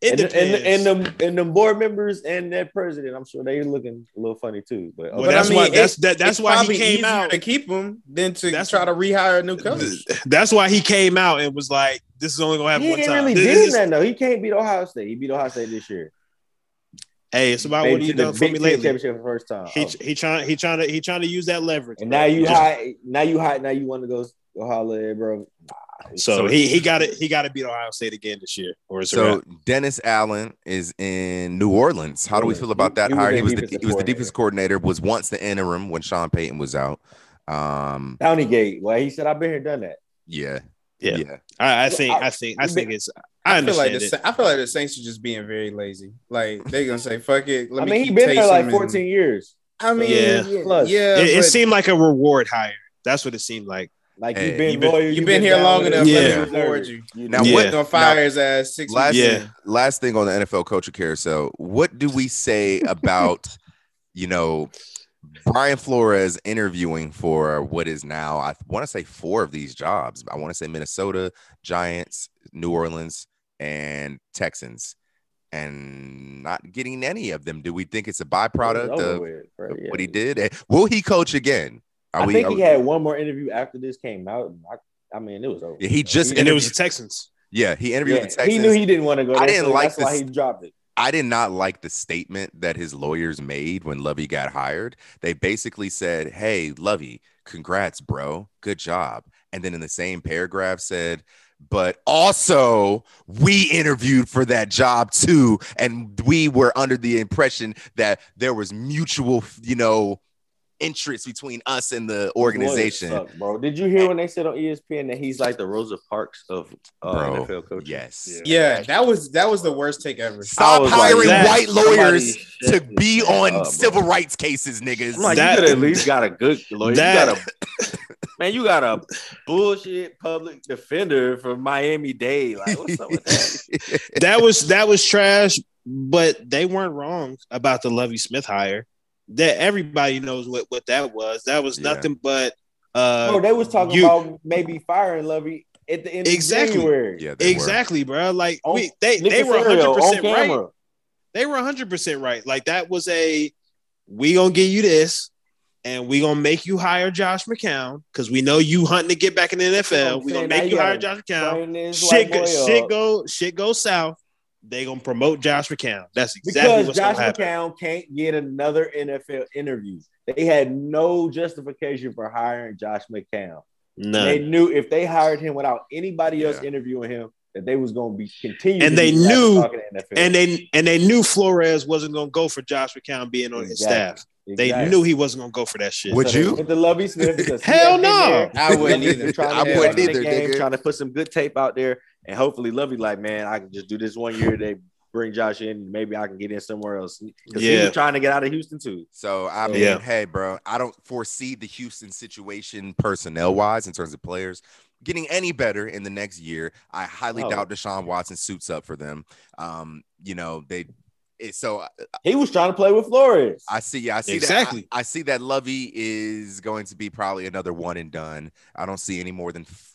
D: It
C: And, and,
D: depends.
C: and them and them board members and that president, I'm sure they looking a little funny too. But,
D: well,
E: But
D: that's
E: I mean,
D: why
E: it-
D: that's that, that's
E: It's
D: why
E: probably
D: he came
E: easier
D: out.
E: to keep him than to
D: That's-
E: try to rehire a new coach.
D: That's why he came out and was like, "This is only gonna happen
C: he
D: one
C: ain't
D: time."
C: really
D: This
C: did
D: is-
C: nothing though. He can't beat Ohio State. He beat Ohio State this year.
D: hey, it's about
C: Made
D: what
C: it
D: he
C: to the
D: done for
C: Big
D: me
C: Ten
D: lately.
C: Championship for the first time.
D: He
C: Oh.
D: he trying he trying to he trying to use that leverage.
C: And
D: bro.
C: now you
D: Just-
C: hot. Now you hot. Now you want to go go holler, at, bro.
D: So he he got it. He got to beat Ohio State again this year, or is
B: So Dennis Allen is in New Orleans. How do we feel about that
C: He was
B: hire?
C: the
B: He was the
C: defensive
B: he was the
C: coordinator.
B: defense coordinator. Was once the interim when Sean Payton was out. Um,
C: Downey Gate. Well, he said I've been here, done that.
B: yeah,
D: Yeah.
B: yeah.
D: I, I think I think I think it's I
E: I feel
D: understand
E: like the
D: it.
E: Sa- I feel like the Saints are just being very lazy. Like they're gonna say, "Fuck it." Let
C: I
E: me
C: mean, he
E: keep
C: been there
E: Taysom
C: like
E: and-
C: 14 years.
E: I mean,
D: Yeah.
E: yeah,
C: Plus.
E: yeah,
D: It, it
E: but-
D: seemed like a reward hire. That's what it seemed like.
C: Like
B: Hey,
C: you've been
D: you been-
C: loyal.
E: you
C: you've
E: been here
C: down
E: long
C: with
E: enough,
C: us,
D: let
C: you
D: me
C: deserve
E: reward
C: it.
E: you.
B: Now,
C: deserve
D: what-
E: They're
C: it.
E: gonna fire his ass six
B: Last
E: weeks
D: Yeah.
E: in.
B: last thing on the NFL culture carousel. What do we say about you know Brian Flores interviewing for what is now I want to say four of these jobs. I want to say Minnesota Giants, New Orleans, and Texans, and not getting any of them. Do we think it's a byproduct
C: It's over
B: of
C: with, right? Yeah.
B: what he did? And Will he coach again? Are
C: I
B: we-
C: think
B: are
C: he
B: we-
C: had one more interview after this came out. and I, I mean, it was over.
B: Yeah, he just
D: And it was the Texans.
B: yeah he interviewed
C: Yeah,
B: the Texans.
C: he knew he didn't want to go.
B: I
C: There,
B: didn't
C: so
B: like
C: That's why
B: this-
C: he dropped it.
B: I did not like the statement that his lawyers made when Lovey got hired. They basically said, Hey, Lovey, congrats, bro. Good job. And then in the same paragraph said, But also, we interviewed for that job too. And we were under the impression that there was mutual, you know, interest between us and the
C: Lawyers
B: organization.
C: suck, bro. Did you hear when they said on E ESPN that he's like the Rosa Parks of uh,
B: Bro,
C: NFL coaches?
B: Yes.
E: Yeah, that was that was the worst take ever.
C: I
B: Stop
C: was
B: hiring
D: that-
B: white lawyers to
C: somebody shut
B: be
C: this
B: on
C: up, bro.
B: civil rights cases, niggas.
C: I'm like,
D: That-
C: you could at least got a good lawyer.
D: That-
C: you got a man, you got a bullshit public defender from Miami Dade. Like, what's up with that?
D: that was that was trash, but they weren't wrong about the Lovey Smith hire. That everybody knows what what that was. That was
B: Yeah.
D: nothing but uh
C: Bro, they was talking
D: you-
C: about maybe firing Lovey at the end
D: Exactly.
C: of January.
B: yeah, they were.
D: exactly, bro. Like
C: On-
D: we, they
C: Oh, Nick
D: they were
C: Casario
D: hundred
C: on
D: percent right.
C: camera.
D: They were hundred percent right. Like that was a we gonna get you this, and we gonna make you hire Josh McCown because we know you hunting to get back in the NFL.
C: I'm
D: We
C: saying,
D: gonna
C: now
D: make
C: you
D: you hire
C: gotta
D: Josh McCown.
C: Bring this
D: shit,
C: white boy
D: go, shit
C: up.
D: go shit go south. They gonna promote Josh McCown. That's exactly
C: because
D: what's
C: Josh
D: gonna happen.
C: McCown can't get another NFL interview. They had no justification for hiring Josh McCown. They
D: None.
C: knew if they hired him without anybody else
B: Yeah.
C: interviewing him, that they was going to be continuing.
D: And
C: to
D: they
C: be trash
D: knew-
C: talking to NFL.
D: And they and they knew Flores wasn't gonna go for Josh McCown being on his
C: Exactly.
D: staff. They
C: Exactly.
D: knew he wasn't gonna go for that shit.
B: Would
C: So
B: you?
C: With the Lovey Smith, because he
D: Hell
C: had been
D: no.
C: there.
E: I wouldn't
C: Lovey's
E: either.
C: been Trying to
E: I
C: have
E: wouldn't
C: a good
B: either,
C: game,
B: nigga.
C: trying to put some good tape out there, and hopefully Lovey like, man, I can just do this one year. They bring Josh in, maybe I can get in somewhere else. 'Cause he
D: Yeah.
C: was trying to get out of Houston too.
B: So I
C: So-
B: mean,
D: Yeah.
B: hey, bro, I don't foresee the Houston situation personnel wise in terms of players getting any better in the next year. I highly
C: No.
B: doubt Deshaun Watson suits up for them. Um, you know, they it, so I-
C: He was trying to play with Flores.
B: I see, I see
D: Exactly.
B: that I, I see that Lovey is going to be probably another one and done. I don't see any more than f-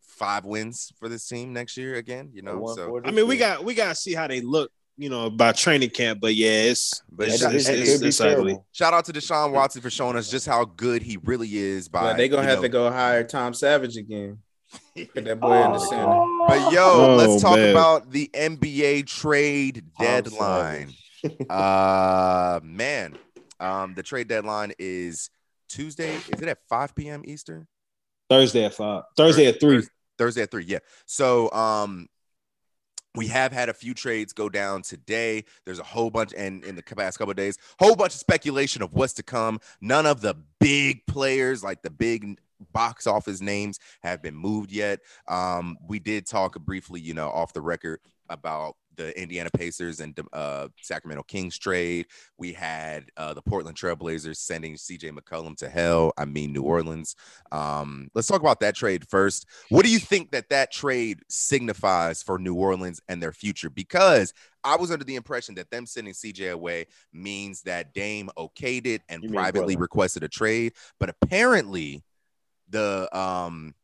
B: five wins for this team next year again, you know.
C: One
B: So
C: for
D: I
C: this
D: mean, we
C: year.
D: got we gotta see how they look, you know, by training camp. But yeah, it's
B: but
C: That
B: shout,
C: division
D: it's-
C: could be
D: it's ugly.
C: terrible.
B: shout out to Deshaun Watson for showing us just how good he really is by
E: But they gonna
B: you
E: have
B: know,
E: to go hire Tom Savage again. Put that boy in the center.
C: Oh.
B: But yo,
D: Oh,
B: let's talk
D: man.
B: about the NBA trade
C: Tom
B: deadline. uh man, um the trade deadline is Tuesday. Is it at 5 p.m. Eastern?
D: Thursday at five. Thursday at three.
B: Thursday at 3. Yeah. So um we have had a few trades go down today. There's a whole bunch, and in the past couple of days, whole bunch of speculation of what's to come. None of the big players, like the big box office names, have been moved yet. Um, we did talk briefly, you know, off the record about the Indiana Pacers and uh, Sacramento Kings trade. We had uh, the Portland Trailblazers sending CJ McCollum to hell. I mean, New Orleans. Um, let's talk about that trade first. What do you think that that trade signifies for New Orleans and their future? Because I was under the impression that them sending CJ away means that Dame okayed it and
C: You mean
B: privately
C: Portland.
B: requested a trade, but apparently the um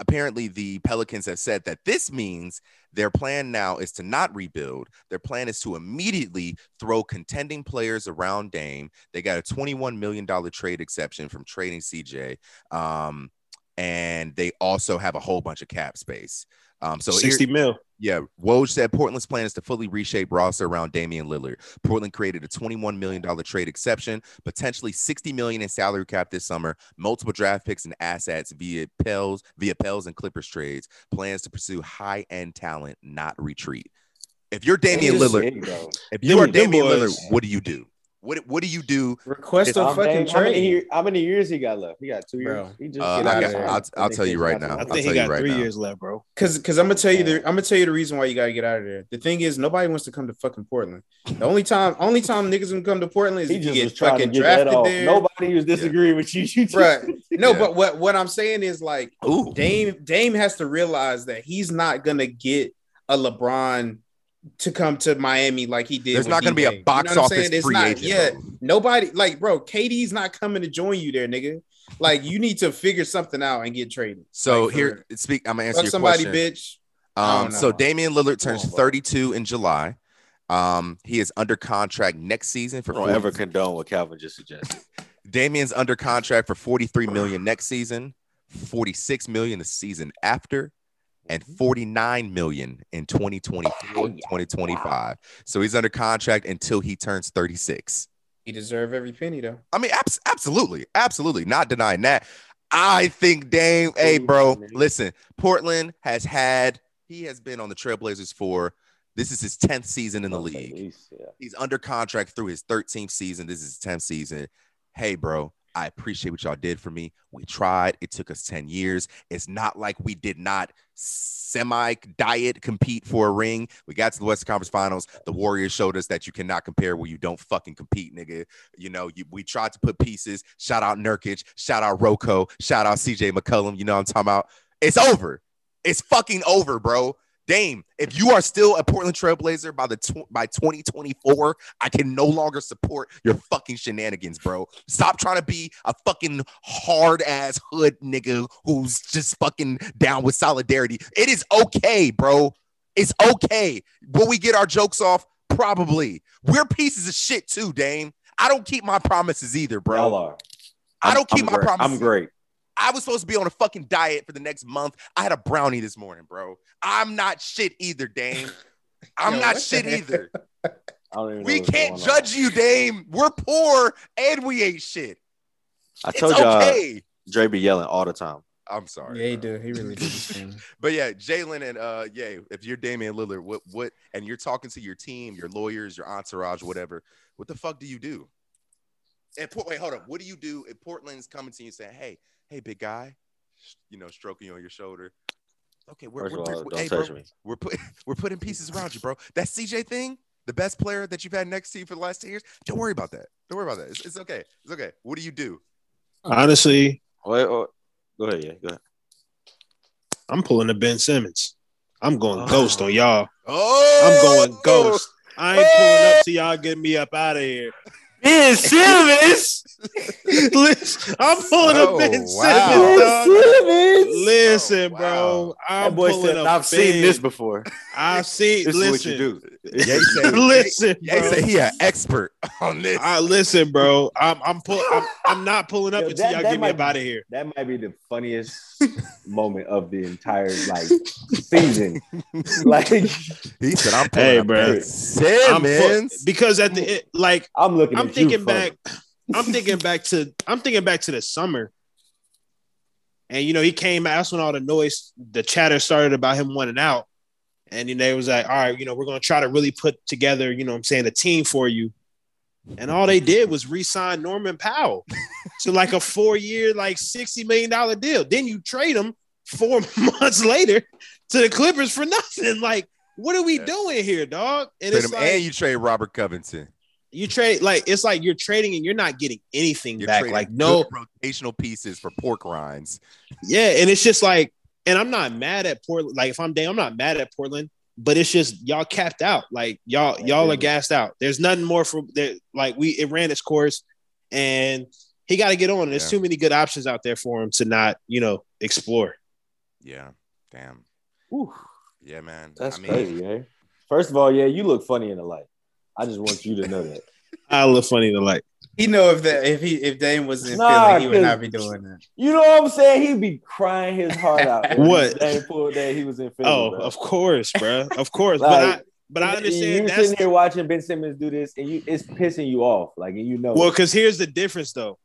B: apparently the Pelicans have said that this means their plan now is to not rebuild. Their plan is to immediately throw contending players around Dame. They got a $21 million trade exception from trading CJ. Um, and they also have a whole bunch of cap space. Um, so here-
D: 60 mil.
B: yeah, Woj said Portland's plan is to fully reshape roster around Damian Lillard. Portland created a $21 million trade exception, potentially $60 million in salary cap this summer, multiple draft picks and assets via Pels, via Pels and Clippers trades, plans to pursue high-end talent, not retreat. If you're Damian
C: Just
B: Lillard,
C: big, though.
B: if you
D: Them-
B: are
D: them
B: Damian Lillard,
D: boys.
B: what do you do? What what do you do?
E: Request a
C: Tom
E: fucking
C: Dame, how, many
E: trade.
C: year- how many years he got left? He got two years.
E: Bro.
C: He just
B: Uh,
C: get
E: I
C: out
E: got-
C: there.
B: I'll- I'll tell you right now. I'll
D: I think
B: tell
D: he
B: you
D: got
B: right
D: three
B: now.
D: years left, bro.
E: Cause, cause I'm gonna tell you the I'm gonna tell you the reason why you gotta get out of there. The thing is, nobody wants to come to fucking Portland. The only time, only time niggas can come to Portland is
C: He
E: if you
C: just was
E: get
C: trying to
E: fucking
C: get that
E: drafted
C: off.
E: there.
C: Nobody was disagreeing with you. You just-
E: Bruh. No,
B: Yeah.
E: but what what I'm saying is like
B: Ooh,
E: Dame Dame has to realize that he's not gonna get a LeBron to come to Miami like he did.
B: there's
E: with
B: not going to be
E: D-Wade.
B: a
E: E You
B: box
E: know what I'm
B: office
E: saying? It's
B: free
E: not-
B: agent.
E: Yeah,
B: move.
E: nobody like bro. KD's not coming to join you there, nigga. Like you need to figure something out and get traded.
B: So
E: Like, for real.
B: here, speak. I'm gonna answer
E: fuck
B: your
E: somebody,
B: question.
E: bitch. I
B: Um,
E: don't
B: so
E: know.
B: Damian Lillard turns
C: on, bro.
B: 32 in July. Um, he is under contract next season for
C: Don't
B: 40
C: ever condone what Calvin just suggested.
B: Damian's under contract for 43 million next season, 46 million the season after, and 49 million in 2024, 2025. So he's under contract until he turns 36.
E: He deserve every penny though.
B: I mean, abs- absolutely, absolutely, not denying that. I think Dame, hey, bro, listen, Portland has had, he has been on the Trailblazers for, this is his 10th season in the
C: Must say
B: league.
C: least, yeah.
B: He's under contract through his 13th season. This is his 10th season. Hey, bro, I appreciate what y'all did for me. We tried. It took us 10 years. It's not like we did not semi diet compete for a ring. We got to the Western Conference Finals. The Warriors showed us that you cannot compare where you don't fucking compete, nigga. You know, you, we tried to put pieces. Shout out Nurkic. Shout out Rocco. Shout out CJ McCullum. You know what I'm talking about? It's over. It's fucking over, bro. Dame, if you are still a Portland Trailblazer by the tw- by 2024, I can no longer support your fucking shenanigans, bro. Stop trying to be a fucking hard ass hood nigga who's just fucking down with solidarity. It is okay, bro. It's okay. Will we get our jokes off? Probably. We're pieces of shit too, Dame. I don't keep my promises either,
C: Y'all
B: bro.
C: are.
B: I don't
C: I'm-
B: keep
C: I'm
B: my
C: great.
B: promises.
C: I'm great.
B: I was supposed to be on a fucking diet for the next month. I had a brownie this morning, bro. I'm not shit either, Dame. I'm
E: Yo, what
B: not
E: the
B: shit
E: heck?
B: either.
C: I don't even know
B: We
C: what's
B: can't
C: going on.
B: judge you, Dame. We're poor and we ain't shit.
C: I
B: It's
C: told y'all
B: okay.
C: Dre be yelling all the time.
B: I'm
E: Yeah,
B: sorry.
E: he
B: bro.
E: do. He really do. this thing.
B: But yeah, Jalen and uh, yeah, if you're Damian Lillard, what what and you're talking to your team, your lawyers, your entourage, whatever, what the fuck do you do? And Port- wait, hold up. What do you do if Portland's coming to you and saying, "Hey, hey, big guy," you know, stroking you on your shoulder? Okay, we're,
C: First
B: we're,
C: of all,
B: we're-
C: don't
B: hey, bro,
C: touch me.
B: We're put, we're putting pieces around you, bro. That CJ thing, the best player that you've had next to you for the last ten years. Don't worry about that. Don't worry about that. It's, it's okay. It's okay. What do you do?
D: Honestly,
C: Wait, wait, go ahead, yeah, go ahead.
D: I'm pulling a Ben Simmons. I'm going
B: Oh.
D: ghost on y'all. I'm
B: Oh,
D: going ghost. I ain't pulling up to y'all getting me up out of here.
C: Ben Simmons.
D: Listen, I'm pulling
B: Oh,
D: a Ben
B: wow.
D: Simmons. dog.
C: Simmons.
D: Listen,
B: Oh,
D: bro. I'm
C: That boy
D: pulling
C: said,
D: up.
C: I've seen this before.
D: I've seen.
C: This
D: listen,
C: is what you do.
B: Yeah, he said-
D: listen,
B: Yeah, he
D: bro.
B: said he an expert on this.
D: I listen, bro. I'm I'm pull, I'm, I'm not pulling up
C: Yo,
D: until
C: that-
D: y'all
C: that
D: get me
C: might
D: up out of here.
C: That might be the funniest moment of the entire like season. like
B: He said, "I'm
D: Hey,
B: pulling up
D: bro.
B: Ben
D: I'm pull-
B: Simmons."
D: because at the end, like
C: I'm looking.
D: I'm
C: at
D: thinking
C: you,
D: back.
C: funny.
D: I'm thinking back to I'm thinking back to the summer. And you know, he came out. That's when all the noise, the chatter started about him wanting out. And you know, it was like, all right, you know, we're gonna try to really put together, you know what I'm saying, a team for you. And all they did was re-sign Norman Powell to like a four-year, like $60 million deal. Then you trade him four months later to the Clippers for nothing. Like, what are we
B: Yeah.
D: doing here, dog? And
B: Trade
D: it's
B: him,
D: like,
B: and you trade Robert Covington.
D: you trade like it's like you're trading and you're not getting anything
B: You're
D: back.
B: trading
D: Like no,
B: good rotational pieces for pork rinds.
D: yeah, and it's just like, and I'm not mad at Portland. Like if I'm damn, I'm not mad at Portland, but it's just y'all capped out. Like y'all,
C: Yeah,
D: y'all are
C: dude.
D: gassed out. There's nothing more for there. Like we, it ran its course, and he got to get on. There's
B: Yeah.
D: too many good options out there for him to not, you know, explore.
B: Yeah, damn.
C: Whew,
B: Yeah, man.
C: that's
B: I mean,
C: crazy. Yeah. First of all, yeah, you look funny in the light. I just want you to know that.
D: I look funny to like.
E: He know if that if he if Dame was in
C: Nah,
E: Philly, he would
C: cause-
E: not be doing that.
C: You know what I'm saying? He'd be crying his heart out. every
D: What?
C: day, full day he was in Philly.
D: Oh,
C: bro.
D: of course, bruh. Of course,
C: Like,
D: but I, but I
C: You
D: understand that's
C: sitting here watching Ben Simmons do this, and you it's pissing you off. Like, and you know,
D: well. Because here's the difference, though.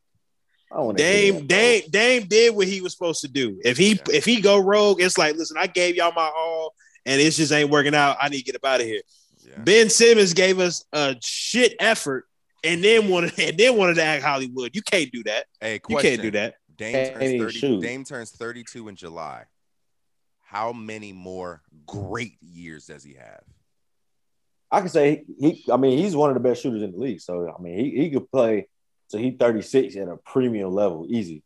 C: I don't wanna hear
D: Dame,
C: that,
D: Dame, Dame did what he was supposed to do. If he
B: Yeah.
D: if he go rogue, it's like, listen, I gave y'all my all, and it just ain't working out. I need to get up out of here.
B: yeah.
D: Ben Simmons gave us a shit effort, and then wanted and then wanted to act Hollywood. You can't do that.
B: Hey,
D: You
B: question.
D: can't do that.
B: Dame
C: Hey,
B: turns, 30,
C: shoot.
B: Dame turns 32 in July. How many more great years does he have?
C: I can say he. I mean, he's one of the best shooters in the league. So I mean, he, he could play. So he 36 at a premium level, easy,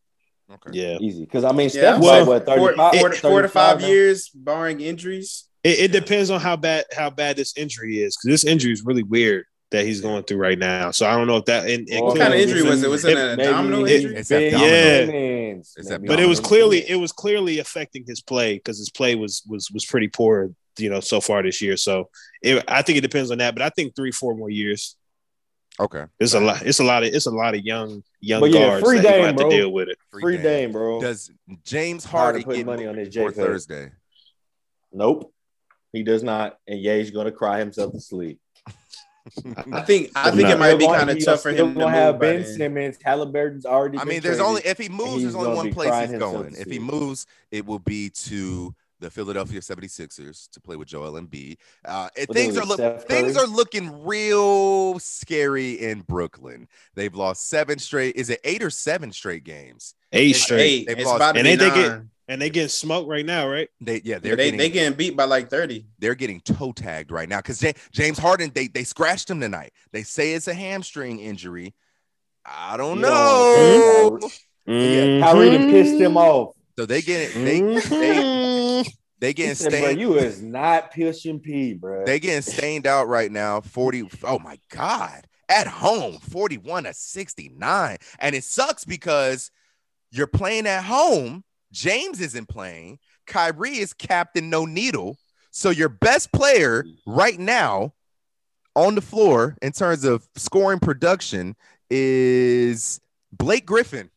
B: Okay.
D: Yeah,
C: easy. Because I mean,
E: Yeah,
C: Steph
D: well,
C: played what
E: Four,
C: 35,
E: four to- four to
C: 35
E: five
C: now?
E: years, barring injuries.
D: it, it depends on how bad how bad this injury is because this injury is really weird that he's going through right now. So I don't know if that and, and
C: Well,
E: What kind of
D: clearly-
E: injury was it? Was it an
C: Maybe
E: abdominal
C: he's
E: injury?
B: It's
C: big.
B: abdominal.
D: Yeah.
C: Simmons.
B: It's
C: Maybe
D: but it was
C: he's
D: clearly
C: big.
D: it was clearly affecting his play because his play was was was pretty poor you know so far this year so it, i think it depends on that but i think three four more years
B: Okay.
D: it's a lot it's a lot of it's a lot of young young
C: But yeah,
D: guards
C: free
D: that you
C: Dame,
D: have to
C: bro.
D: deal with it
C: free Dame, bro.
B: Does James
C: Hard to
B: Harden
C: put
B: get
C: money
B: money
C: on this
B: for
C: J. Cole.
B: Thursday?
C: Nope, he does not. And yeah, he's gonna cry himself to sleep.
E: I think I think
D: Nah.
E: it might be
C: Still
E: kind of
C: gonna-
E: tough for
C: still
E: him to
C: gonna
E: move
C: have
E: by
C: Ben
E: then.
C: Simmons. Halliburton's already.
B: I
C: been
B: mean, there's
C: traded.
B: only if he moves,
C: he's
B: there's only
C: gonna
B: one
C: be
B: place
C: crying
B: he's
C: himself
B: going.
C: to
B: If he
C: sleep.
B: moves, it will be to the Philadelphia 76ers to play with Joel Embiid. Uh, and
C: What
B: things
C: is it,
B: are look,
C: Steph Curry?
B: things are looking real scary in Brooklyn. They've lost seven straight. Is it eight or seven straight games?
D: Eight
E: It's
D: straight,
E: eight.
B: They've
E: It's
B: lost-
E: about to
D: And
E: be
D: they think it-
E: nine.
D: and they getting smoked right now, right?
B: They yeah
E: They
B: they're
E: they
B: getting,
E: getting beat by like thirty.
B: they're getting toe tagged right now because James Harden they they scratched him tonight. They say it's a hamstring injury. I don't
C: You
B: know.
C: don't want Kyrie-
E: Mm-hmm.
C: Kyrie done pissed them off.
B: So they get it. Mm-hmm. They they they
C: He
B: getting
C: said, bro,
B: stained.
C: you is not pushing P, bro.
B: They getting stained out right now. 40. Oh my God. At home, 41 to 69. And it sucks because you're playing at home. James isn't playing. Kyrie is captain no needle. So your best player right now on the floor in terms of scoring production is Blake Griffin.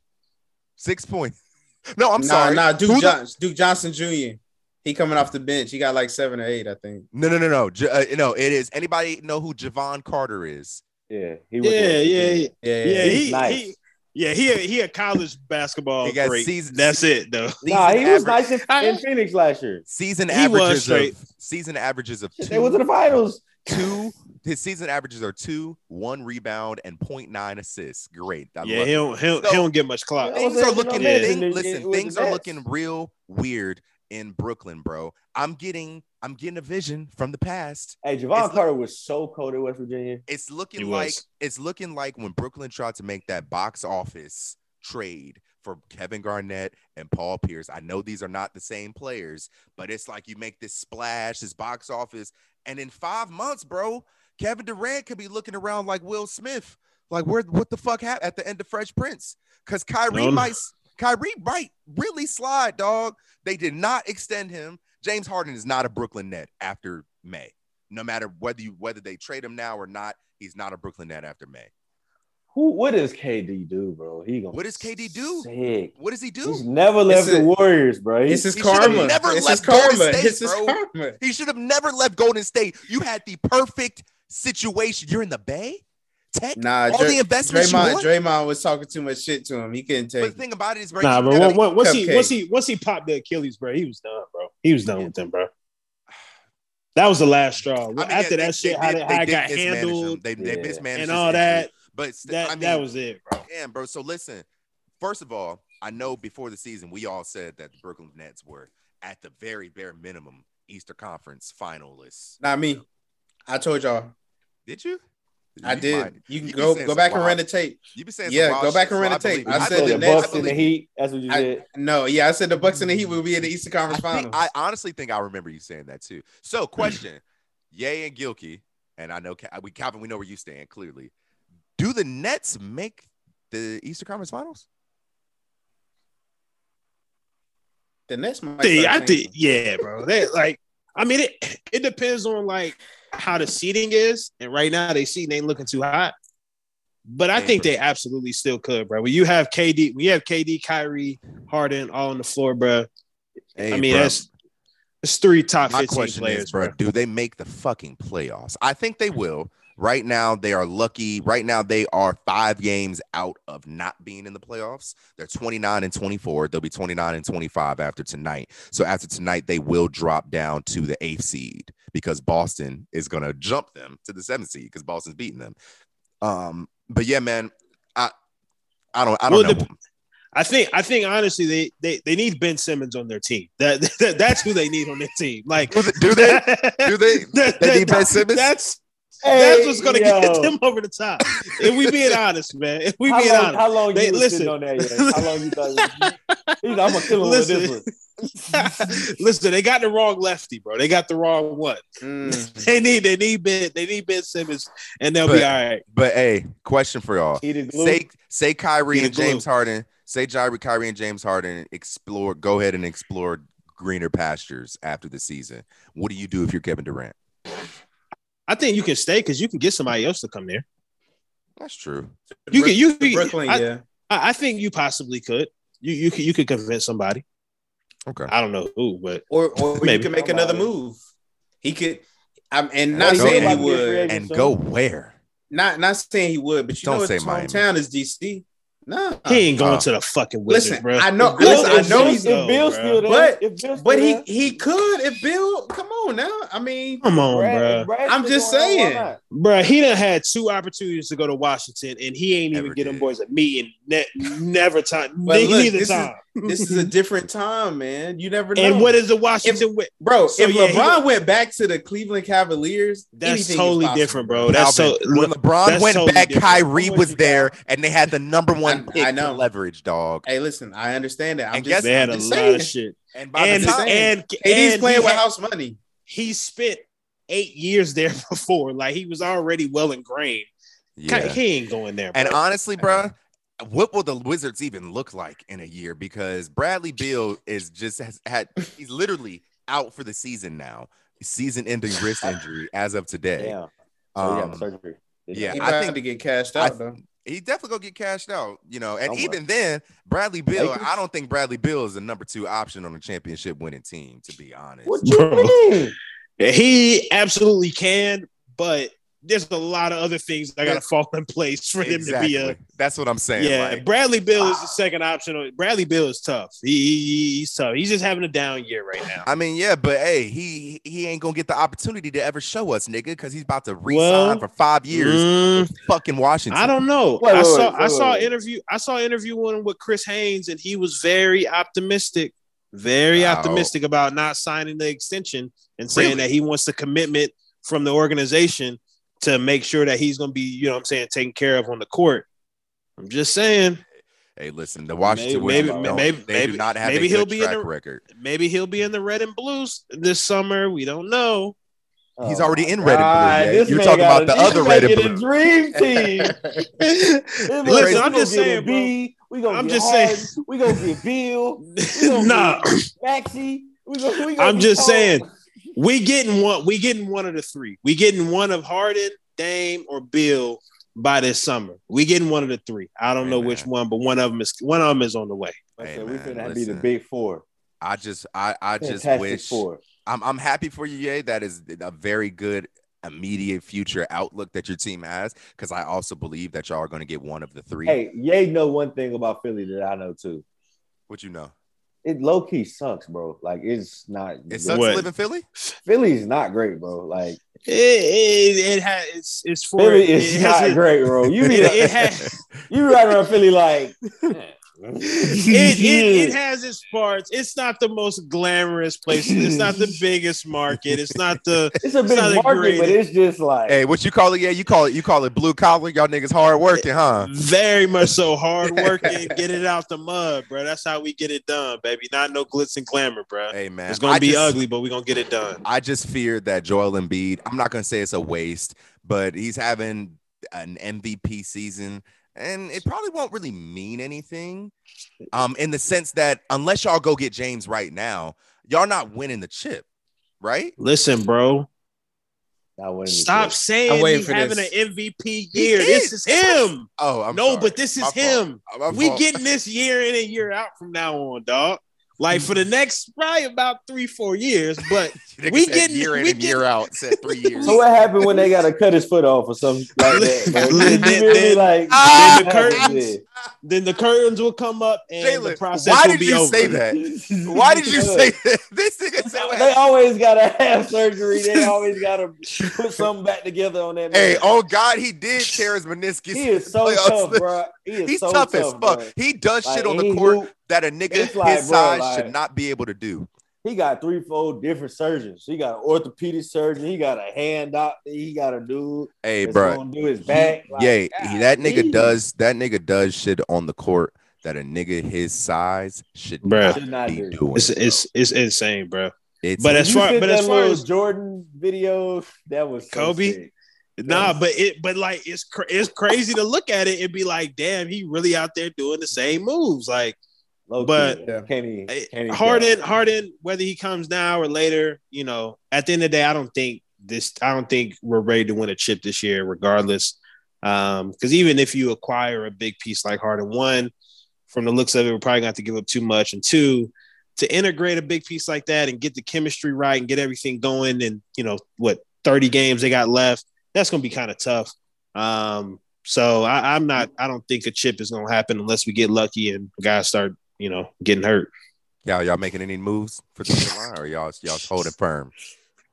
B: Six points. No, I'm
E: nah,
B: sorry.
E: Nah,
B: Who
E: Duke,
B: the-
E: John- Duke Johnson Jr. He coming off the bench. He got like seven or eight, I think.
B: No, no, no, no. J- uh, no, it is. Anybody know who Javon Carter is?
C: yeah, he was
D: yeah, yeah,
E: Yeah,
D: yeah.
E: yeah.
D: He,
C: nice.
D: he, yeah, he, a- he a college basketball
B: He got
D: great.
B: season-
D: That's it though.
C: Nah, he
B: Season
C: was
B: average-
C: nice in,
D: I-
C: in Phoenix last year.
B: Season
D: He was
B: averages
D: straight.
B: of season averages of
C: Shit,
B: two,
C: They went to the finals.
B: two. His season averages are two, one rebound, and 0.9 assists. Great. I
D: Yeah,
B: love
D: he
B: it.
D: don't, he don't, he
B: So-
D: don't get much clock.
C: That was
B: Things are
C: it,
B: looking.
D: no man.
B: thing-
C: It- it
B: listen,
C: was
B: things are
C: nuts.
B: looking real weird in Brooklyn, bro. I'm getting. I'm getting a vision from the past.
C: Hey, Javon
B: It's-
C: Carter was so cold at West Virginia.
B: It's
D: He
B: looking
D: was.
B: like it's looking like when Brooklyn tried to make that box office trade for Kevin Garnett and Paul Pierce. I know these are not the same players, but it's like you make this splash, this box office, and in five months, bro, Kevin Durant could be looking around like Will Smith, like where what the fuck happened at the end of Fresh Prince? Because Kyrie
D: No, no.
B: might Kyrie might really slide, dog. They did not extend him. James Harden is not a Brooklyn net after May. No matter whether you whether they trade him now or not, he's not a Brooklyn net after May.
C: Who? What does KD do, bro? He gonna
B: What does KD do?
C: Sick.
B: What does he
C: He's
B: do?
C: never left
E: a-
C: the Warriors, bro.
E: It's his
B: He should've
E: karma.
B: never
E: it's his
B: left Golden
E: karma.
B: State,
E: it's his
B: bro.
E: karma.
B: He should have never left Golden State. You had the perfect situation. You're in the Bay, Tech.
E: Nah,
B: All
E: Dray-
B: the investments you
E: Draymond,
B: want?
E: Draymond was talking too much shit to him. He couldn't
B: But the
E: take it.
B: thing about it is, bro,
D: Nah,
B: you
D: bro.
B: gotta-
D: Once, once- once he
E: cupcake.
D: once he once he popped the Achilles, bro, he was done, bro. He was done with them, bro. That was the last straw.
B: I mean,
D: After
B: yeah,
D: that
B: they-
D: shit,
B: they
D: how,
B: did-
D: they, how
B: they
D: it
B: did
D: got
B: mismanage him.
D: handled
B: They, they
C: Yeah.
B: mismanaged his
D: and all that,
B: injury. But st-
D: that
B: I mean,
D: that was it, bro.
B: damn, bro. So listen, first of all, I know before the season we all said that the Brooklyn Nets were at the very bare minimum Easter Conference finalists.
E: Not me. I told y'all.
B: Did you?
E: I
B: You
E: did.
B: might-
E: You can
B: you
E: go
B: said
E: go
B: some
E: back and
B: wild-
E: run the tape.
B: You been saying some
E: Yeah,
B: wild
E: go back
B: shit,
E: and run
B: so
E: the tape.
B: believe you.
E: I
C: I
E: said
C: said
E: the
C: the
E: next-
C: Bucks
E: I
C: and the
E: believe-
C: Heat. That's what you said.
E: No, yeah, I said the Bucks and the Heat will be in the Eastern Conference Hmm.
B: I, think,
E: Finals.
B: I honestly think I remember you saying that too. So, question: Yay and Gilkey, and I know Ca- we Calvin, we know where you stand clearly. Do the Nets make the Eastern Conference Finals?
E: the Nets might.
D: See,
E: start
D: I think
E: tanking.
D: yeah, bro. They like I mean it it depends on like how the seating is, and right now they seating ain't looking too hot. But I think they absolutely still could, bro. When you have KD, we have KD, Kyrie, Harden all on the floor, bro. I mean, that's it's three top
B: my
D: fifteen
B: question
D: players,
B: is, bro,
D: bro.
B: do they make the fucking playoffs? I think they will. Right now, they are lucky. Right now, they are five games out of not being in the playoffs. They're 29 and 24. They'll be 29 and 25 after tonight. So after tonight, they will drop down to the eighth seed because Boston is gonna jump them to the seventh seed because Boston's beating them. Um, but yeah, man, I I don't I don't
D: Well,
B: know.
D: I think I think honestly they they, they need Ben Simmons on their team. That, that that's who they need on their team. Like
B: Do they- do they do they
D: That-
B: They
D: that-
B: need Ben Simmons?
D: That's that's
C: Hey,
D: what's gonna
C: yo.
D: get them over the top. If we being honest, man. If we
C: how,
D: being
C: long,
D: honest,
C: how long
D: They-
C: you listen.
D: listen.
C: sitting on that? Yet? How long you thought? He's, I'm gonna kill him
D: Listen.
C: with this one.
D: listen, they got the wrong lefty, bro. They got the wrong one.
E: Mm.
D: They need they need Ben they need Ben Simmons, and they'll
B: But-
D: be all right.
B: But hey, question for y'all.
C: He the glue.
B: say say Kyrie
D: Be the
B: and James
D: glue.
B: Harden, say Kyrie, Kyrie and James Harden explore go ahead and explore greener pastures after the season. What do you do if you're Kevin Durant?
D: I think you can stay because you can get somebody else to come there.
B: That's true.
D: You can you
E: The
D: can,
E: Brooklyn,
D: I,
E: yeah.
D: I I think you possibly could. You you could, you could convince somebody.
B: Okay.
D: I don't know who, but
E: Or or you
D: Maybe.
E: can make another
C: Somebody.
E: move. He could I'm and
B: Or
E: not
B: he
E: saying
B: could.
E: he would.
B: And go where?
E: Not not saying he would, but you
B: Don't
E: know
B: say
E: his
B: Miami.
E: hometown is DC. No,
D: He ain't going
B: Uh,
D: to the fucking Wizards,
E: Uh-huh.
D: bro.
E: listen, I know,
D: Bill-
E: listen, I know
D: if
E: he's
D: Bill-
E: going.
D: Bill's still
E: But-
C: if Bill's
E: But
C: still
E: he
C: there,
E: he could if Bill. Come on now. I mean,
D: Come on,
C: Brad-
D: bro.
C: if Brad's
E: I'm
C: still
E: just
C: going, why
E: saying.
C: not?
D: Bruh, he done had two opportunities to go to Washington, and he ain't even
B: Never
D: get them
B: did.
D: boys a meeting. Ne- never time.
E: But
D: ne-
E: look,
D: neither
E: this is-
D: time.
E: this is a different time, man. You never know.
D: and what is the Washington? wi-
E: bro?
D: So,
E: if
D: yeah, he-
E: LeBron went back to the Cleveland Cavaliers,
D: that's
E: anything is
D: totally
E: possible.
D: different, bro. That's so.
B: Calvin, when LeBron
D: that's
B: went
D: totally
B: back,
D: different.
B: Kyrie
C: I'm with
B: was
C: you,
B: there, and they had the number one
E: I-
B: pick
E: I
B: I
E: know.
B: know. leverage, dog.
E: Hey, listen, I understand that. I'm
B: And
E: just
D: they had a
E: I'm just
D: lot
E: saying.
D: of shit,
B: And by
D: and
B: the time,
D: and,
E: KD's
D: and
E: playing
D: he,
E: with
D: had-
E: house money.
D: he spent eight years there before. Like he was already well ingrained.
B: yeah.
D: He ain't going there. Bro.
B: and honestly, bruh,
D: Uh-huh.
B: what will the Wizards even look like in a year? Because Bradley Beal is just has had he's literally out for the season now. Season-ending wrist injury as of today.
C: Yeah. So he
B: Um,
C: got the surgery.
B: yeah.
E: He
B: I
E: I
B: think-
E: think to get cashed
B: I
E: out
B: th-
E: though.
B: he definitely gonna get cashed out, you know. And
C: Somewhere.
B: even then, Bradley Bill,
C: Lakers?
B: I don't think Bradley Bill is the number two option on a championship winning team, to be honest.
C: What you
D: Bro.
C: mean?
D: He absolutely can, but there's a lot of other things that got to fall in place for him to be a
B: That's what I'm saying.
D: Yeah,
B: like, ah.
D: Bradley Bill is the second option. Bradley Bill is tough. He, he- he's tough. He's just having a down year right now.
B: I mean, yeah, but hey, he he ain't gonna get the opportunity to ever show us, nigga, because he's about to resign
D: Well,
B: for five years.
D: Mm,
B: fucking Washington.
D: I don't know.
C: Wait,
D: I
C: wait,
D: saw
C: wait,
D: I
C: wait,
D: saw
C: wait.
D: interview I saw interview one with Chris Haynes and he was very optimistic, very
B: Wow.
D: optimistic about not signing the extension and saying
B: Really?
D: that he wants the commitment from the organization to make sure that he's going to be, you know what I'm saying, taken care of on the court. I'm just saying,
B: Hey, listen, the Washington
D: maybe-
B: Wizards don't-
D: maybe-
B: they
D: maybe-
B: do not have
D: maybe
B: a
D: he'll
B: good
D: be in
B: track
D: the-
B: record.
D: maybe he'll be in the red and blues this summer. We don't know.
B: He's
C: Oh
B: already
C: my
B: in red
C: God,
B: and blue. yeah.
C: this
B: You're
C: man
B: talking
C: got
B: about the
C: a- this
B: other
C: man
B: red and blue.
C: get A dream team. Listen,
B: Listen,
D: I'm just saying, bro.
C: We gonna
D: I'm
C: get
D: just
C: Harden.
D: saying.
C: We gonna get Bill. We gonna
D: nah.
C: get Maxie. We gonna, we gonna
D: I'm
C: get
D: just
C: Paul.
D: saying, we getting one. We getting one of the three. We getting one of Harden, Dame, or Bill by this summer. We getting one of the three. I don't know
B: Amen.
D: which one, but one of them is one of them is on the way.
C: Listen,
B: Hey,
C: we
B: man,
C: finna be the
B: listen.
C: big four.
B: I just, I, I just
C: Fantastic
B: wish.
C: four.
B: I'm, I'm happy for you, Ye. That is a very good immediate future outlook that your team has. Because I also believe that y'all are going to get one of the three.
C: Hey, Ye know one thing about Philly that I know too.
B: What you know?
C: It low key sucks, bro. Like it's not.
B: It sucks
D: What?
B: to live in Philly.
C: Philly's not great, bro. Like
D: It it, it has it's, it's for
C: Philly is
D: it
C: not
D: has a-
C: great, bro. You be
D: It,
C: like,
D: it, has,
C: you right around Philly like.
D: it, it, it has its parts. It's not the most glamorous place. It's not the biggest market. It's not the
C: it's a
D: it's
C: big
D: not the
C: market, but
D: greatest.
C: it's just like
B: Hey, what you call it? Yeah, you call it. You call it blue collar. Y'all niggas hard working, huh?
D: very much so hard working. Get it out the mud, bro. That's how we get it done, baby. Not no glitz and glamour, bro.
B: Hey man,
D: It's gonna
B: I
D: be
B: just-
D: ugly, but we're gonna get it done.
B: I just fear that Joel Embiid, I'm not going to say it's a waste, but he's having an MVP season and it probably won't really mean anything. Um in the sense that unless y'all go get James right now, y'all not winning the chip, right?
D: Listen, bro.
C: Not winning the
D: Stop
C: chip.
E: I'm
D: saying
E: waiting
D: he's
E: for
D: having
E: this.
D: an MVP
B: He
D: year. This is
B: is.
D: him.
B: Oh, I'm
D: no,
B: sorry.
D: but this
B: My
D: is
B: fault.
D: him.
B: My
D: We
B: fault.
D: getting this year in and year out from now on, dog. Like for the next probably about three, four years, but
B: Nigga
D: we
B: said
D: getting-
B: year in
D: we
B: and year out. Said three years.
C: So what happened when they got to cut his foot off or something like that? bro? You
D: Then-
C: feel me?
D: then-
C: like
B: Ah,
D: the curtains. then the curtains will come up and the
B: Jalen,
D: process
B: why
D: will
B: did
D: be
B: you
D: over.
B: say that? Why did you say that? This nigga said what
C: They always gotta have surgery. They always gotta put something back together on that.
B: Hey,
C: man.
B: oh God, he did tear his meniscus.
C: he is so
B: Playoffs.
C: tough, bro. He is
B: He's
C: so
B: tough, as fuck.
C: bruh.
B: He does
C: Like,
B: shit on
C: he
B: the court
C: hoop-
B: that a nigga
C: it's like,
B: his
C: bro,
B: size
C: like-
B: should not be able to do.
C: He got three, four different surgeons. He got an orthopedic surgeon. He got a hand doctor. He got a dude
B: Hey,
C: that's
B: bro.
C: gonna do his back. Like,
B: Yeah, he-
C: God,
B: that nigga
C: he
B: does that nigga does shit on the court that a nigga his size should
D: Bruh.
C: should
B: not
C: not
B: be
C: do.
B: doing.
D: It's it's it's insane, bro.
B: It's-
D: but as
C: You
D: far
C: sent
D: but
C: that
D: as far
C: little
D: as
C: Jordan video, that was so
D: Kobe?
C: sick.
D: Nah, but it, but like it's cra- it's crazy to look at it and be like, damn, he really out there doing the same moves. Like
C: Low
D: But-
C: key, can he?
D: it-
C: Can he
D: Harden, Harden, whether he comes now or later, you know, at the end of the day, I don't think this. I don't think we're ready to win a chip this year, regardless. Um, because even if you acquire a big piece like Harden, one, from the looks of it, we're probably going to have to give up too much, and two, to integrate a big piece like that and get the chemistry right and get everything going, and you know what, thirty games they got left, that's going to be kind of tough. Um, So I, I'm not. I don't think a chip is gonna happen unless we get lucky and guys start, you know, getting hurt.
B: Y'all, y'all making any moves for the line, or y'all y'all holding firm?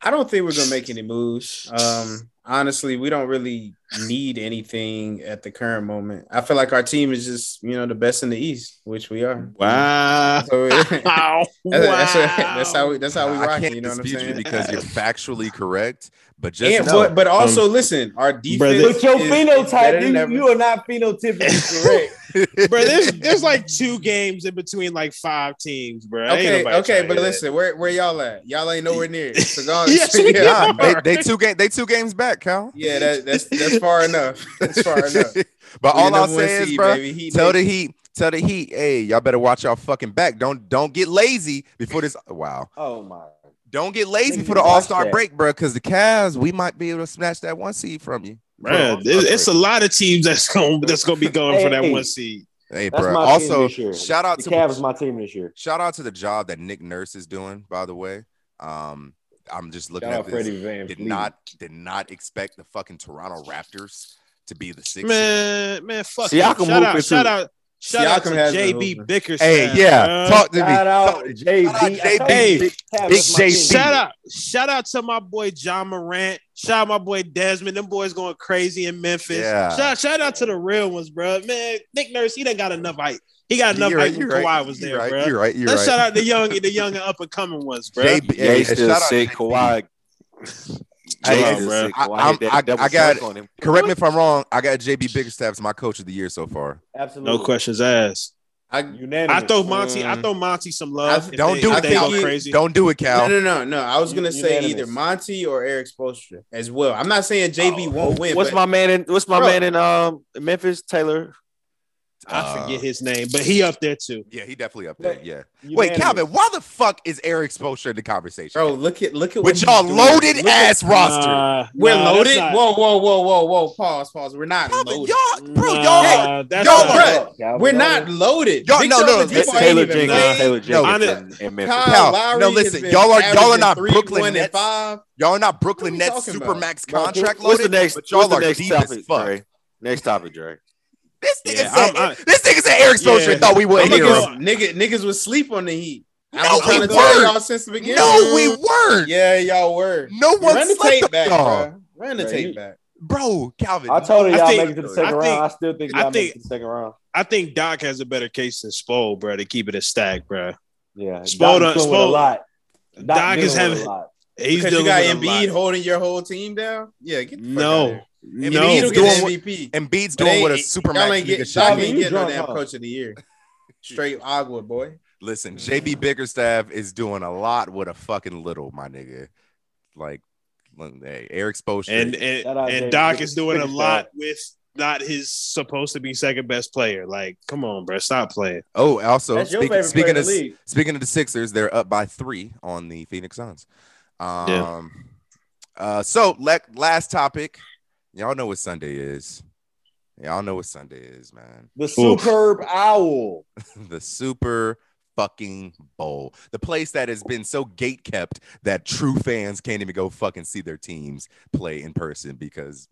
E: I don't think we're gonna make any moves. Um, honestly, we don't really need anything at the current moment. I feel like our team is just, you know, the best in the East, which we are.
D: Wow.
E: So, that's,
D: wow.
E: that's, that's how we that's how we
B: I
E: rock.
B: can't
E: You know what I'm
B: dispute
E: saying?
B: you because you're factually correct, but just
E: and,
B: know- um,
E: but, but also listen, our defense.
D: Brother-
C: But your
E: is- is better
C: phenotype,
E: than ever.
C: you, you are not phenotypically correct.
D: bro, there's there's like two games in between like five teams, bro. Ain't
E: Okay,
D: nobody trying
E: okay,
D: to
E: but
D: hear
E: listen, where where y'all at? Y'all ain't nowhere near. it. So go on.
D: Yes, we
E: yeah,
B: Nah, they, they two game they two games back, Cal.
E: yeah, that, that's that's far enough. That's far enough.
B: but
E: We
B: all
E: the
B: I'll
E: number one
B: say is,
E: seed,
B: bro,
E: baby. Heat
B: tell
E: nation.
B: the Heat, tell the Heat, hey, y'all better watch y'all fucking back. Don't don't get lazy before this. Wow,
C: Oh my.
B: don't get lazy
C: Niggas
B: for the
C: watch
B: All Star
C: that.
B: break, bro, because the Cavs we might be able to snatch that one seed from you,
D: that. Bro, it's, it's a lot of teams that's going that's going to be going for that
C: Hey.
D: one seed.
B: Hey,
C: That's
B: bro.
C: my
B: Also,
C: team this year.
B: shout out
C: The
B: to
C: Cavs, my team this year.
B: shout out to the job that Nick Nurse is doing. By the way, um, I'm just looking
C: Shout out
B: at this.
C: Freddie Van.
B: Did
C: Fleet.
B: not did not expect the fucking Toronto Raptors to be the sixth. seed.
D: Man, man, fuck.
C: Siakam
D: it. Shout out,
C: hooping,
D: shout
C: too.
D: out, shout out to
E: Siakam has been
D: JB
E: hooping.
D: Bickerstaff.
B: Hey, yeah,
D: bro.
B: talk to me.
C: Shout out
B: Shout out JB.
C: JB.
D: Hey,
C: Cavs,
B: Big
C: that's my team.
B: JC.
D: Shout out, shout out to my boy John Morant. Shout out my boy Desmond. Them boys going crazy in Memphis.
B: Yeah.
D: Shout, shout out to the real ones, bro. Man, Nick Nurse, he done got enough hype. He got enough
B: You're right,
D: hype when
B: you're
D: Kawhi
B: right,
D: was
B: you're
D: there,
B: right,
D: bro.
B: You're right. You're
D: Let's
B: right.
D: shout out the young, the young and up and coming ones, bro.
B: JB,
F: Yeah,
B: hey,
F: you still
B: shout out
F: say
B: JB.
F: Kawhi.
B: Hey,
F: Hey,
D: John,
F: Jesus,
D: bro.
F: say Kawhi
B: I-
F: hit that
B: I-
F: double
B: I got-
F: stroke on him.
B: Correct me if I'm wrong. I got JB Bickerstaff as my coach of the year so far.
C: Absolutely.
D: No questions asked.
E: I
C: Unanimous.
D: I throw Monty, I
F: Mm.
D: throw Monty some love.
E: I-
D: if
B: don't
D: they,
B: do
D: if
B: it,
D: They
E: Cal.
D: go crazy.
B: Don't do it,
E: no
B: Cal.
E: no no no. I was
C: U-
E: gonna say
C: unanimous.
E: either Monty or Eric Spoelstra as well. I'm not saying JB
B: Oh,
E: won't win.
F: What's
E: but
F: my man in what's my
E: Bro.
F: man in um Memphis Taylor?
D: I
B: Uh,
D: forget his name, but he up there too.
B: Yeah, he definitely up there. Yeah. Wait,
C: Unanimous.
B: Calvin, why the fuck is Eric Spoelstra in the conversation?
E: bro? Look at look
B: With
E: at what he's
B: y'all
E: doing.
B: loaded
E: Look at-
B: ass roster.
D: Nah,
E: We're
D: nah, that's
E: loaded.
D: not-
E: Whoa whoa whoa whoa whoa. Pause pause. We're not
B: Calvin,
E: loaded.
B: y'all, bro,
D: nah,
B: y'all.
D: that's
B: y'all
D: not-
E: bruh,
C: Calvin,
E: We're
C: no,
E: not
C: no.
E: loaded.
B: Y'all-
E: Big
B: no,
E: John
B: no,
E: and
B: This
F: That's
E: Jabbar ain't
F: Taylor
E: even
F: Jenkins.
E: played.
F: Taylor Jenkins
D: honest-
F: in
E: Kyle
F: Memphis.
B: Cal,
E: Lowry
B: no,
E: has
B: listen,
E: been
B: y'all are- y'all are not
E: averaging three,
B: Brooklyn
E: one, and
B: Nets.
E: five.
B: Y'all are not Brooklyn
E: What are we
B: Nets
E: talking about?
B: supermax
C: Bro,
B: contract
F: What's the
B: loaded,
F: next
B: but y'all
F: what's
B: are
F: the next
B: deep as
F: topic,
B: fuck.
F: Dre? Next topic, Dre.
B: This nigga
D: Yeah,
B: said,
D: I'm- I-
B: this nigga said Eric Spoelstra
D: Yeah.
B: thought we
E: I'm
B: wouldn't
D: I'ma
E: gonna
B: hear
D: go-
B: him.
E: go- Nigga, niggas was sleep on the Heat. I
B: No,
E: was
B: we
E: trying to tell
B: weren't.
E: y'all since the beginning.
B: No, we weren't.
E: Yeah, y'all were.
B: No one
E: Run the
B: slept
E: tape
B: on
E: back,
B: y'all.
E: bro. Run the
C: Bro,
E: tape
C: you-
E: back.
B: Bro, Calvin.
C: I told you
D: I
C: y'all
D: think-
C: make it to the second
D: I
C: round.
D: think-
C: I still think
D: I
C: y'all make
D: think-
C: it to the second round.
D: I think Doc has a better case than Spole, bro, to keep it a stack, bro.
C: Yeah. Doc's
D: Spo done-
C: doing
D: Spo-
C: a lot. Doc,
D: Doc is
C: doing a
D: having-
C: lot.
D: He's
E: because you
D: dealing
E: got
D: with a lot.
E: Embiid holding your whole team down. Yeah, get the fuck out of
D: No,
E: here. Embiid
D: no,
E: will
B: He's doing
E: get
B: what-
E: MVP.
B: Embiid's
E: But
B: doing
E: ain't-
B: what a
E: ain't- y'all
B: supermax
E: ain't
B: nigga
E: get,
B: should
E: y'all
B: be.
E: ain't getting no
C: drunk,
E: damn
C: huh?
E: coach of the year. Straight agua, boy.
B: Listen,
E: Mm.
B: JB Bickerstaff is doing a lot with a fucking little, my nigga. Like, look, hey, Eric Spoelstra.
D: and and,
C: Shout out
D: and
C: James.
D: Doc is doing a
C: Big
D: lot with not his supposed to be second best player. Like, come on, bro, stop playing.
B: oh, also
C: That's your
B: speak,
C: favorite
B: speaking
C: player
B: of
C: in the league.
B: speaking of the Sixers, they're up by three on the Phoenix Suns. Um,
D: Yeah.
B: uh, so le- last topic, y'all know what Sunday is. Y'all know what Sunday is, man.
C: The superb owl.
B: the Super fucking Bowl, the place that has been so gate kept that true fans can't even go fucking see their teams play in person because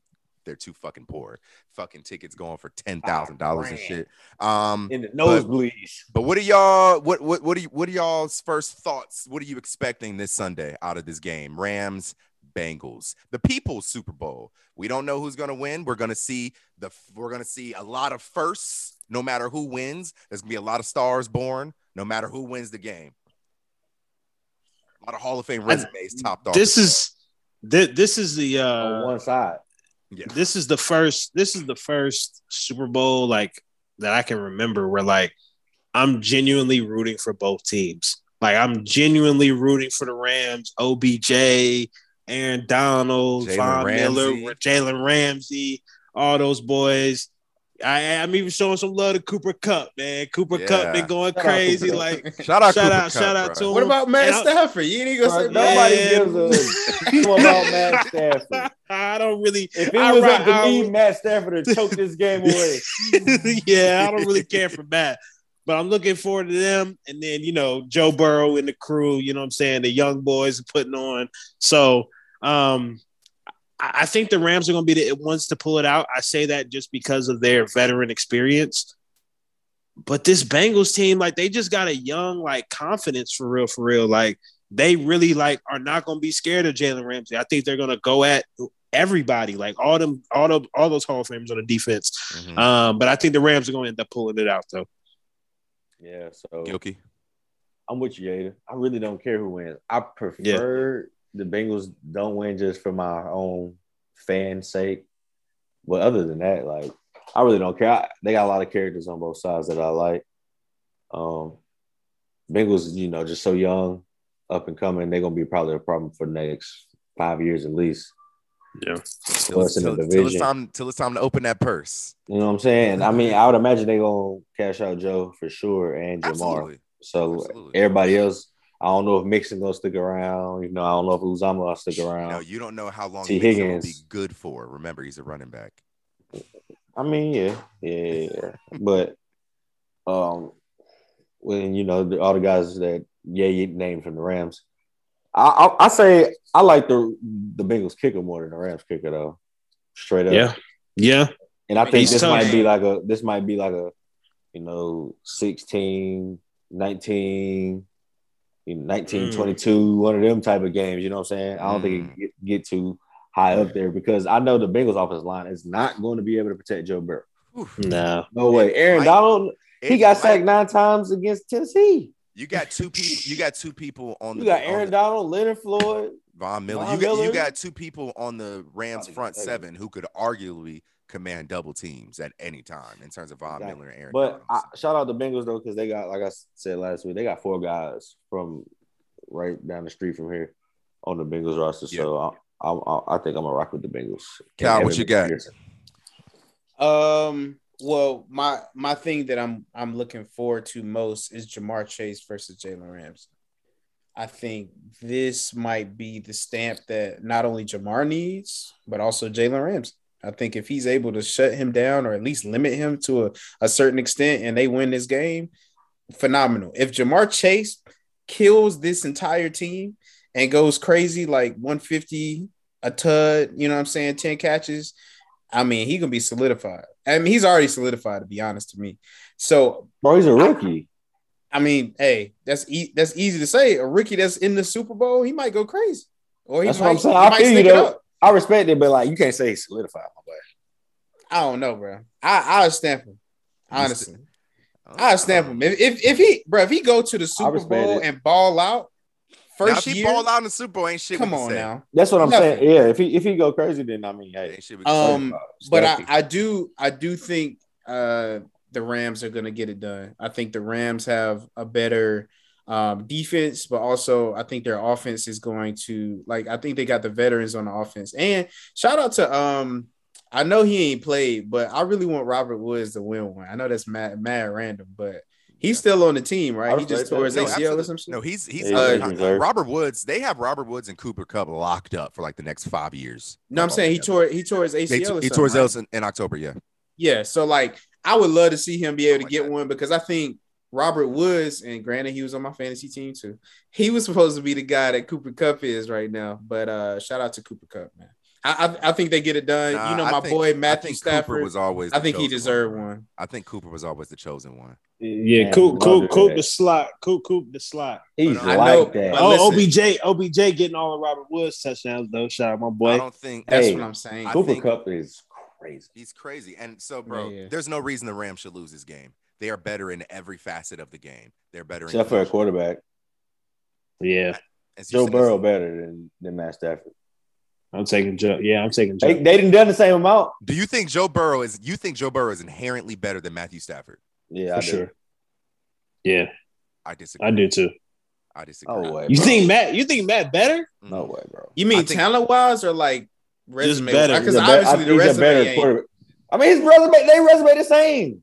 B: they're too fucking poor. Fucking tickets going for ten thousand dollars and shit. Um,
C: In the nosebleeds.
B: but what are y'all? What what what are you, what are y'all's first thoughts? What are you expecting this Sunday out of this game? Rams, Bengals, the People's Super Bowl. We don't know who's gonna win. We're gonna see the we're gonna see a lot of firsts. No matter who wins, there's gonna be a lot of stars born. No matter who wins the game, a lot of Hall of Fame resumes topped
C: Oh.
B: off.
D: This is this, this is the
C: on
D: uh,
C: one side.
B: yeah.
D: this is the first this is the first Super Bowl like that I can remember where like I'm genuinely rooting for both teams. Like I'm genuinely rooting for the Rams, OBJ, Aaron Donald,
B: Jalen
D: Von
B: Ramsey.
D: Miller, Jalen Ramsey, all those boys. I, am even showing some love to Cooper Cup, man. Cooper
B: Yeah.
D: Cup been going
C: Shout out
D: crazy.
C: Cooper Kupp.
D: Like
B: shout out,
D: shout
B: Cooper
D: out,
B: Kupp,
D: shout out
B: bro.
D: to him.
E: What about Matt
D: And I-
E: Stafford? You ain't
C: Bro,
E: gonna say Matt.
C: nobody
D: man.
C: gives a damn about Matt Stafford.
D: I don't really
C: If it
D: I
C: was
D: ri-
C: up to
D: I
C: me,
D: would-
C: Matt Stafford would choke this game away.
D: yeah, I don't really care for that. But I'm looking forward to them. And then, you know, Joe Burrow and the crew, you know what I'm saying? The young boys are putting on. So um I I think the Rams are going to be the ones to pull it out. I say that just because of their veteran experience. But this Bengals team, like they just got a young, like confidence for real, for real. Like they really like are not going to be scared of Jalen Ramsey. I think they're going to go at everybody, like all them, all them, all those Hall of Famers on the defense.
B: Mhm.
D: Um, but I think the Rams are going to end up pulling it out though.
C: Yeah, so
B: Gilkey.
C: I'm with you, Ada. I really don't care who wins. I prefer the Bengals don't win just for my own fan sake. But other than that, like I really don't care. I, they got a lot of characters on both sides that I like. Um, Bengals, you know, just so young, up and coming. They're gonna be probably a problem for the next five years at least.
D: Yeah.
B: Till,
C: us in the
B: till- till it's
C: division.
B: time. Till it's time to open that purse.
C: You know what I'm saying? I mean, I would imagine they're gonna cash out Joe for sure and Jamar.
B: Absolutely.
C: So
B: Absolutely.
C: everybody else, I don't know if Mixon gonna stick around. You know, I don't know if Uzama gonna stick around.
B: Now you don't know how long
C: T.
B: Mixon will be
C: Higgins.
B: good for. Remember, he's a running back.
C: I mean, yeah, yeah, yeah, yeah. but um, when you know the, all the guys that yeah you named from the Rams, I, I I say I like the the Bengals kicker more than the Rams kicker though, straight up.
D: Yeah. Yeah.
C: and I think
D: He's
C: this
D: tough.
C: might be like a this might be like a you know 16, 19, you know, 19,
D: Mm.
C: 22, one of them type of games. You know what I'm saying? I don't think
B: Mm.
C: it get, get too high up there because I know the Bengals offensive line is not going to be able to protect Joe Burrow.
D: No.
C: No way. Aaron
B: Mike-
C: Donald, he
B: It
C: got
B: might-
C: sacked nine times against Tennessee.
B: You got two people. You got two people on
C: You
B: the.
C: got
B: on
C: Aaron
B: the-
C: Donald, Leonard Floyd.
B: Von Miller.
C: Von
B: you, got,
C: Miller.
B: you got two people on the Rams
C: Bobby
B: front
C: Taylor.
B: seven who could arguably command double teams at any time in terms of Von
C: Exactly.
B: Miller and Aaron.
C: But
B: Donald.
C: I, shout out the Bengals though, because they got, like I s- said last week, they got four guys from right down the street from here on the Bengals roster. So I, I, I I think I'm gonna rock with the Bengals.
B: Kyle,
C: And-
B: what you got?
E: Um. Well, my my thing that I'm I'm looking forward to most is Jamar Chase versus Jalen Ramsey. I think this might be the stamp that not only Jamar needs, but also Jalen Ramsey. I think if he's able to shut him down or at least limit him to a, a certain extent and they win this game, phenomenal. If Jamar Chase kills this entire team and goes crazy like 150, a tud, you know what I'm saying, 10 catches, I mean, he gonna be solidified. I mean, he's already solidified to be honest to me. So,
C: Bro, he's a rookie.
E: I mean, hey, that's e- that's easy to say. A rookie that's in the Super Bowl, he might go crazy, or Oh, he
C: That's what
E: might,
C: I'm saying.
E: he
C: I
E: might
C: feel you,
E: sneak it
C: though.
E: up.
C: I respect it, but like you can't say he's solidified, my boy.
E: I don't know, bro. I I'll stamp him. Honestly,
B: Oh,
E: I'll stamp him. If, if if he, bro, if he go to the Super
C: respect
E: Bowl
C: it.
E: and ball out
B: Now,
E: first
B: if he
E: year,
B: ball out in the Super Bowl, ain't shit.
E: come
B: we can
E: on
B: say.
E: now.
C: That's what I'm
E: Nothing.
C: saying. Yeah, if he if he go crazy, then I mean, hey,
B: Ain't shit we can say.
E: Um, but I,
C: Steffi.
E: I do I do think uh the Rams are gonna get it done. I think the Rams have a better um defense, but also I think their offense is going to like I think they got the veterans on the offense. And shout out to um I know he ain't played, but I really want Robert Woods to win one. I know that's mad mad random, but he's still on the team, right? He
C: I'll
E: just
C: say
E: tore
C: that.
E: his
B: No,
E: ACL or
B: absolutely.
E: some shit.
B: No, he's he's
C: Yeah,
E: he's
B: uh,
C: reserved.
B: Robert Woods. They have Robert Woods and Cooper Cup locked up for like the next five years.
E: No, I'm saying he tore he tore his ACL.
B: They,
E: or
B: he
E: something,
B: tore his
E: right?
B: L's in, in October. Yeah,
E: Yeah, so like I would love to see him be able
B: Oh my
E: to get
B: God.
E: one because I think Robert Woods, and granted he was on my fantasy team too, he was supposed to be the guy that Cooper Cup is right now. But uh shout out to Cooper Cup, man. I I, I think they get it done.
B: Nah,
E: you know
B: I
E: my
B: think-
E: boy
B: I
E: Matthew
B: think
E: Stafford.
B: Cooper was always.
E: I
B: the
E: think he
B: chosen
E: deserved one.
B: I think Cooper was always the chosen one.
D: Yeah.
C: Man,
D: Coop,
C: love
D: Coop,
C: it.
D: Coop the slot. Coop, Coop the slot.
C: He's
B: But
C: like
E: I know-
C: that.
E: but-
D: Oh,
E: listen-
D: OBJ, OBJ getting all of Robert Woods touchdowns though. Shout out my
B: I
D: boy.
B: don't think
E: That's
C: Hey,
E: what I'm saying.
B: I
C: Cooper
B: think-
C: Cup is crazy.
B: he's crazy. And so, bro,
E: Yeah.
B: there's no reason the Rams should lose this game. They are better in every facet of the game. They're better. in
C: Except for a
B: coaching.
C: quarterback.
D: Yeah,
B: As you
C: Joe
B: said,
C: Burrow better than, than Matt Stafford.
D: I'm taking Joe. Yeah, I'm taking Joe.
C: They, they didn't done the same amount.
B: Do you think Joe Burrow is? You think Joe Burrow is inherently better than Matthew Stafford?
C: Yeah,
D: for
C: I do.
D: sure. Yeah,
B: I disagree.
D: I do too.
B: I disagree.
C: No way.
D: You
C: bro.
D: think Matt? You think Matt better?
B: Mm.
C: No way, bro.
E: You mean
B: I think-
E: talent wise or like resume?
D: better.
E: Because
C: He's a better-
E: obviously the
C: he's a
E: resume
C: better
E: ain't-
C: quarterback. I mean, his resume, they resume the same.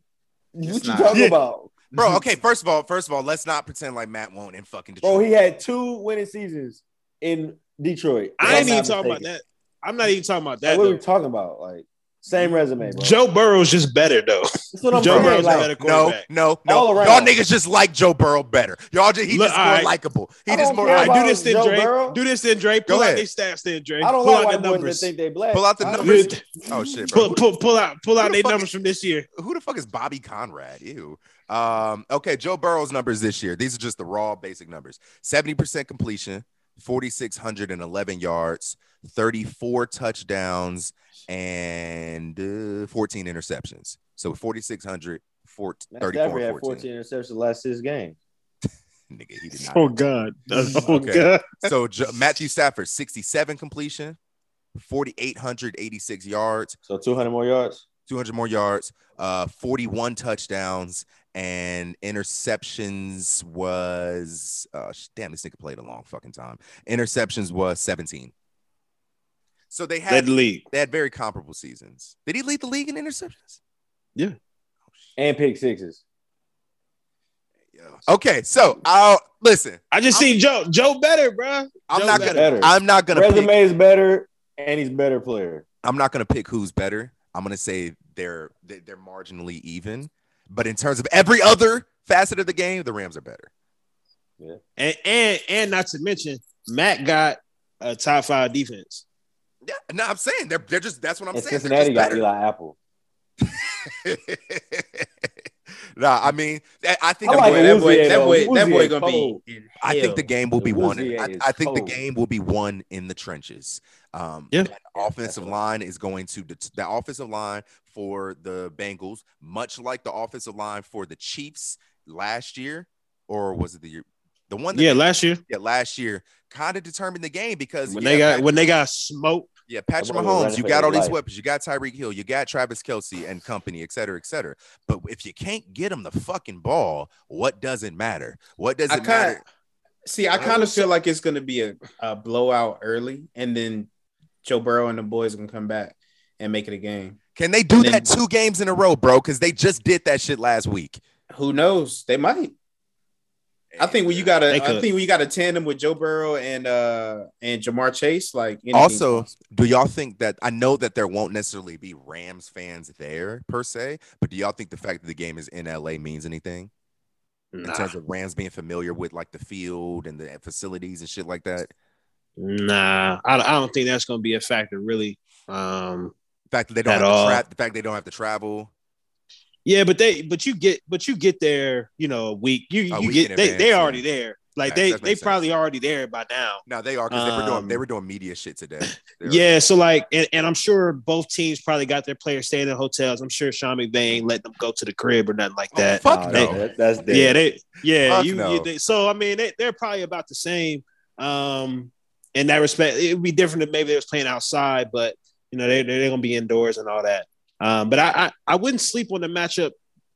C: what you
E: not.
C: talking
B: Yeah.
C: about,
B: bro. Okay, first of all, first of all, let's not pretend like Matt won't in fucking Detroit.
C: bro? He had two winning seasons in Detroit. if
D: I
C: I'm
D: ain't even
C: not
D: talking about
C: mistaken.
D: that. I'm not even talking about
C: Like,
D: that.
C: what are
D: though.
C: we talking about? Like, Same resume, bro.
D: Joe Burrow's just better though.
C: That's what I'm
D: Joe
C: saying.
D: Burrow's a
C: like,
D: better
B: No,
D: quarterback.
B: no, no.
C: All around.
B: Y'all niggas just like Joe Burrow better. Y'all just he
D: Look,
B: just more
D: all right.
B: likable. He
C: I
B: just
C: don't
B: more
C: care
D: All right,
B: likable.
C: about
D: do this then,
C: Joe
D: Drake.
C: Burrow.
D: Do this then, Drake.
B: Go
D: Pull out
B: ahead.
D: their stats then, Drake.
C: I don't
D: pull
C: like
D: out
C: white
D: the
C: boys that
D: numbers.
C: think they black.
B: Pull out the
C: I-
B: numbers.
D: You-
B: Oh shit, bro.
D: pull, pull, pull out, pull out
B: Who the
D: their
B: fuck
D: numbers
B: is-
D: from this year.
B: Who the fuck is Bobby Conrad? Ew. Um, okay, Joe Burrow's numbers this year. These are just the raw basic numbers 70% completion, 4,611 yards, 34 touchdowns, and uh, 14 interceptions. So 4,600, four-
C: Matt
B: 34
C: Stafford
B: and
C: had
B: 14.
C: 14 interceptions last six games.
B: Nigga, he did not.
D: Oh God. Oh
B: Okay.
D: God.
B: so Jo- Matthew Stafford, 67 completion, 4,886 yards,
C: So 200 more yards.
B: 200 more yards, uh, 41 touchdowns, and interceptions was uh, sh- damn. This nigga played a long fucking time. Interceptions was 17. So they had
D: That league.
B: they had very comparable seasons. Did he lead the league in interceptions?
C: And pick sixes.
B: Okay, so I'll listen.
D: I just seen Joe. Joe better, bro.
B: I'm
D: Joe
B: not
D: better.
B: gonna.
C: Better.
B: I'm not gonna. pick-
C: Resume is better, and he's a better player.
B: I'm not gonna pick who's better. I'm gonna say they're they- they're marginally even, but in terms of every other facet of the game, the Rams are better.
D: And and and not to mention, Matt got a top five defense.
B: Yeah, no, I'm saying they're they're just that's what I'm
C: and
B: saying.
C: Cincinnati got
B: better.
C: Eli Apple.
B: nah, I mean, I- I think
C: I
B: the
C: like
B: way-
C: it.
E: that boy,
C: Uzi
E: that
C: though.
E: boy, that boy
C: Uzi
E: gonna
C: cold.
E: be. in
B: I think the
E: hell.
B: game will be won.
C: Uzi
B: I,
C: is
B: I think the
C: cold.
B: game will be won in the trenches. Um,
D: Yeah.
B: that offensive line is going to det- the offensive line for the Bengals, much like the offensive line for the Chiefs last year, or was it the year? The one that
D: Yeah, last year
B: yeah, last year kind of determined the game because
D: when
B: yeah,
D: they got
B: Pat-
D: when they got smoked.
B: yeah, Patrick
C: boy was running
B: Mahomes, you
C: for
B: got
C: his
B: all these
C: life.
B: weapons, you got Tyreek Hill, you got Travis Kelsey and company, et cetera, et cetera. But if you can't get him the fucking ball, what does it matter? What does
E: I
B: it matter?
E: kinda- See, I kind of feel like it's gonna be a, a blowout early, and then Joe Burrow and the boys gonna come back and make it a game.
B: Can they do
E: and
B: that
E: then-
B: two games in a row, bro? Because they just did that shit last week.
E: Who knows? They might. I think when you got a,
D: They
E: I
D: could.
E: think when you got a tandem with Joe Burrow and uh and Jamar Chase, like anything-
B: Also, do y'all think that I know that there won't necessarily be Rams fans there per se, but do y'all think the fact that the game is in LA means anything in
D: Nah,
B: terms of Rams being familiar with like the field and the facilities and shit like that?
D: nah. I, I don't think that's gonna be a factor really. Um,
B: The fact that they don't
D: At
B: have to
D: all.
B: tra- the fact they don't have to travel.
D: yeah, but they but you get but you get there, you know, a week. You
B: A week
D: you
B: in
D: get they
B: advance,
D: they
B: yeah.
D: already there. Like
B: That-
D: they
B: that
D: they
B: makes
D: probably already there by now.
B: No, they are because they were doing they
D: Um,
B: were doing media shit today. They were-
D: Yeah, so like, and, and I'm sure both teams probably got their players staying in hotels. I'm sure Sean McVay ain't letting them go to the crib or nothing like
B: Oh,
D: that.
B: fuck
C: Nah,
B: no.
C: that- that's dead.
D: yeah, they, yeah,
B: Fuck
D: you,
B: no.
D: you they, so I mean, they, they're probably about the same um, in that respect. It would be different if maybe they was playing outside, but you know they they are gonna be indoors and all that. Um, but I, I I wouldn't sleep on the matchup.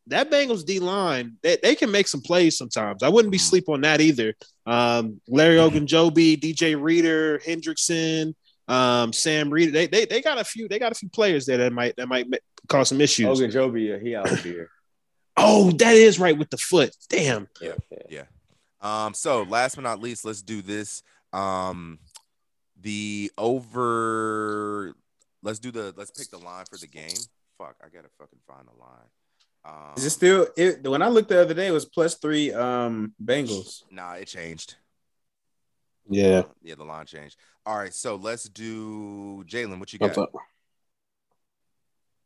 D: That Bengals D line, they, they can make some plays sometimes. I wouldn't be sleep on that either. Um, Larry Ogunjobi, DJ Reader, Hendrickson, um, Sam Reader, they, they they got a few they got a few players there that might that might ma- cause some issues.
C: Ogunjobi, he out here.
D: Oh, that is right with the foot. Damn.
B: Yeah. Um, so last but not least, let's do this. Um, the over. Let's do the. Let's pick the line for the game. Fuck, I gotta fucking find the line. Um,
E: is it still? It, when I looked the other day, it was plus three um Bengals.
B: Nah, it changed.
D: Yeah.
B: Yeah, the line changed. All right, so let's do Jalen. What you got?
D: What's up?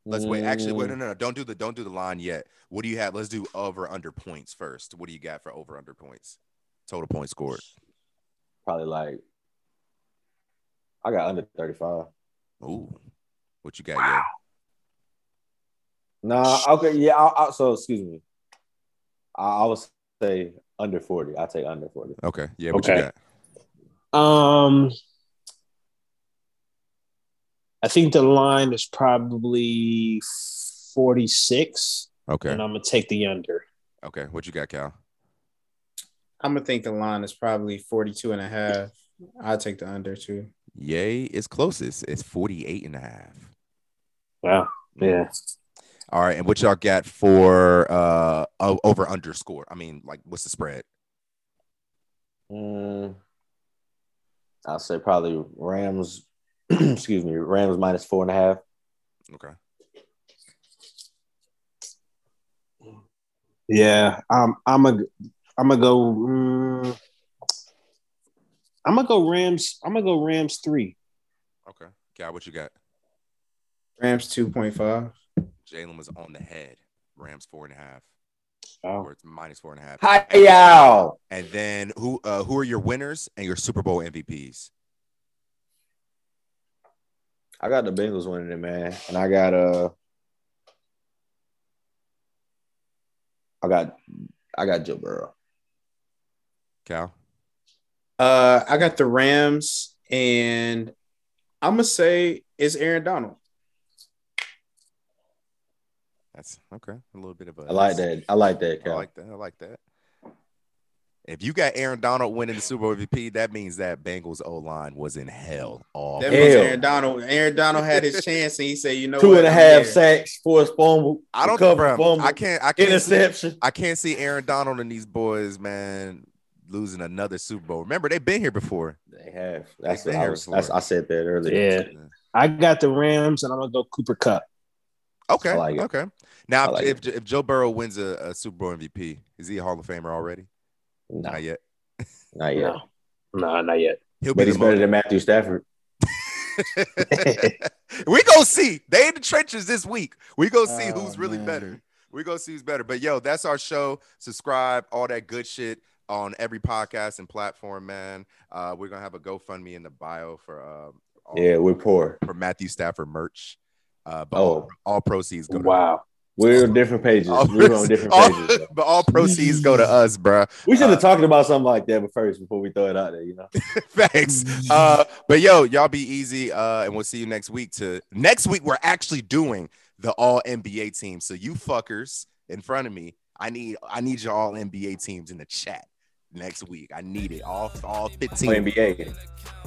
B: Let's wait. Actually, wait. No, no, no. Don't do the. Don't do the line yet. What do you have? Let's do over under points first. What do you got for over under points? Total points scored.
C: Probably like I got under 35.
B: Ooh, what you got? Yeah.
C: Nah, okay, yeah. I, I, so excuse me. I, I would say under 40. I'll take under 40.
B: Okay. Yeah. What you
D: Okay.
B: got?
D: Um, I think the line is probably 46,
B: Okay.
D: and uh, I'm going to take the under.
B: Okay. What you got, Cal?
E: I'm gonna think the line is probably 42 and a half. I'll take the under too.
B: Yay is closest. It's 48 and a half.
D: Wow. Yeah.
B: All right. And what y'all got for uh o- over underscore? I mean, like what's the spread? Hmm.
C: Mm, I'll say probably Rams. excuse me, Rams minus four and a half.
B: Okay.
D: Yeah, um, I'm a, I'm gonna go. mm, I'm gonna go Rams. I'm gonna go Rams three.
B: Okay. Guy, what you got?
E: Rams two point five.
B: Jalen was on the head. Rams four and a half.
D: Oh.
B: Or it's minus four and a half.
F: Hi, y'all.
B: And then who uh, who are your winners and your Super Bowl MVPs?
C: I got the Bengals winning it, man, and I got uh, I got, I got Joe Burrow.
B: Cal?
E: Uh, I got the Rams, and I'm gonna say it's Aaron Donald.
B: That's okay. A little bit of a
C: I like that. I like that.
B: I
C: Cal.
B: like that. I like that. If you got Aaron Donald winning the Super Bowl MVP, that means that Bengals O line was in hell all
E: That
C: Hell.
E: means Aaron Donald. Aaron Donald had his chance, and he said, "You know,
C: Two
E: what?
C: and a
E: I'm
C: half
E: here.
C: sacks, forced fumble.
B: I don't
C: recovered
B: bro,
C: fumble,
B: I can't I can't see-
C: interception.
B: I can't see Aaron Donald and these boys, man, losing another Super Bowl. Remember, they've been here before.
C: They have. That's
B: They
C: what I
B: have
C: was.
B: for
C: That's,
B: it.
C: I said that earlier.
D: Yeah. I got the Rams, and I'm gonna go Cooper Cup.
B: uh, Okay.
C: I like it.
B: okay. Now,
C: I like
B: if, if Joe Burrow wins a, a Super Bowl MVP, is he a Hall of Famer already?
C: No,
B: Not yet.
C: not yet.
D: No, no, not yet.
B: He'll
C: But
B: be
C: he's
B: the
C: better
B: most.
C: than Matthew Stafford.
B: we gonna see. They in the trenches this week. We gonna see
E: Oh,
B: who's really
E: man.
B: better. We gonna see who's better. But yo, that's our show. Subscribe, all that good shit on every podcast and platform, man. Uh, we're gonna have a GoFundMe in the bio for um, all-
C: Yeah, we're poor.
B: for Matthew Stafford merch. Uh, but all,
C: Oh,
B: all proceeds go to Oh,
D: Wow.
C: we're on different pages.
B: all,
C: We're on different
B: all-
C: pages. though.
B: but all proceeds go to us, bruh.
C: We
B: Uh,
C: should have talked about something like that first before we throw it out there. You know,
B: Thanks. Uh, but yo, y'all be easy, uh, and we'll see you next week. To next week, we're actually doing the All NBA team. So you fuckers in front of me, I need I need your All NBA teams in the chat next week. I need it. All all
C: Play
B: fifteen.
C: NBA.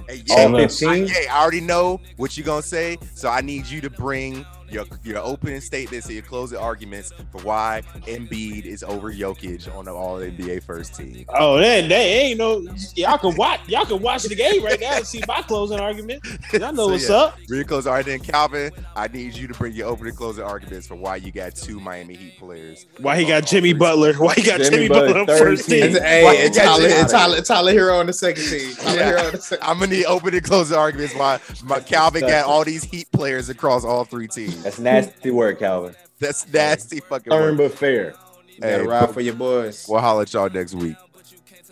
B: Hey,
C: All
B: yeah,
C: fifteen.
B: Hey, I already know what you're gonna say, so I need you to bring your your opening statements and your closing arguments for why Embiid is over Jokic on the All NBA first team.
D: Oh, that that ain't no. Y'all can watch. Y'all can watch the game right now and see my closing argument. Y'all know
B: So,
D: what's
B: yeah.
D: up.
B: Rico's are then Calvin. I need you to bring your opening and closing arguments for why you got two Miami Heat players.
D: Why he got Jimmy Butler? Why he got Jimmy,
C: Jimmy
D: Butler, on
C: Butler,
D: first team?
E: It's,
B: Why
E: hey,
B: you
E: it's
B: got
E: Tyler,
B: you out
E: it's
B: of
E: Tyler, Tyler Hero on the second team. Tyler
B: Yeah.
E: Hero on the second.
B: I'm gonna need opening and closing arguments why my, Calvin got all these Heat players across all three teams.
C: That's nasty work, Calvin.
B: That's nasty fucking.
C: Firm
B: Work.
C: but fair.
E: Yeah,
B: Hey,
E: ride
B: but-
E: for your boys.
B: We'll holler at y'all next week.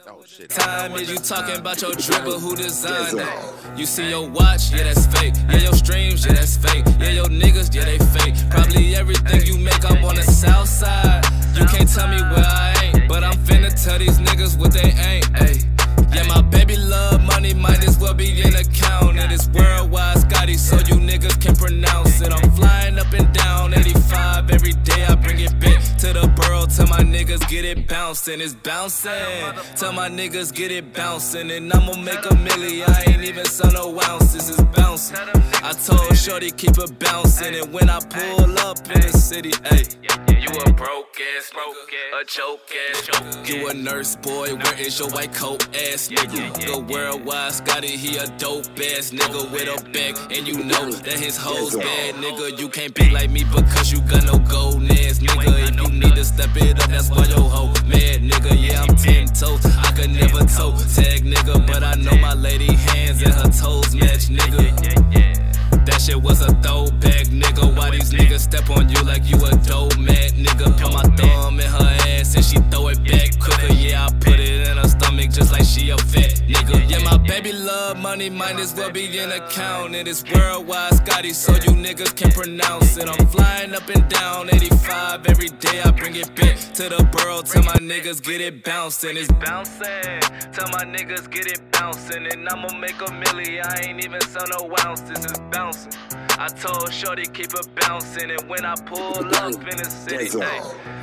B: Oh shit.
A: Time is you talking about your dribble, who designed that? You see your watch, yeah, that's fake. Yeah, your streams, yeah, that's fake. Yeah, your niggas, yeah, they fake. Probably everything you make up on the south side. You can't tell me where I ain't, but I'm finna tell these niggas what they ain't. ayy. Yeah, my baby love money, might as well be in account. It is worldwide, Scotty, so you niggas can pronounce it. I'm flying up and down 85 every day. I bring it back to the borough till my niggas get it bouncing. It's bouncing till my niggas get it bouncing. And I'ma make a milli. I ain't even sell no ounces. It's bouncing. I told Shorty keep it bouncing. And when I pull up in the city, ayy. You a broke ass, broke ass, a joke ass, joke You a nurse boy, where is your white coat ass nigga? The worldwide Scotty, he a dope ass nigga with a back, and you know that his hoes bad, nigga. You can't be like me because you got no gold ass, nigga. If you need to step it up, that's why your hoe mad, nigga. Yeah, I'm ten toes, I could never toe tag, nigga, but I know my lady hands and her toes match, nigga. That shit was a throwback, nigga. Why these niggas step on you like you a dope man, nigga? Put my thumb in her ass and she throw it back quicker. Yeah, I put it in her stomach just like she a fat nigga. Yeah, my baby love money, might as well be in account. It is worldwide, Scotty, so you niggas can pronounce it. I'm flying up and down 85 every day. I bring it back to the borough till my niggas get it bouncing. It's bouncing till my niggas get it bouncing. And I'ma make a milli. I ain't even sell no ounce. This is bouncing. I told Shorty keep it bouncing. And when I pull up in the city, ayy,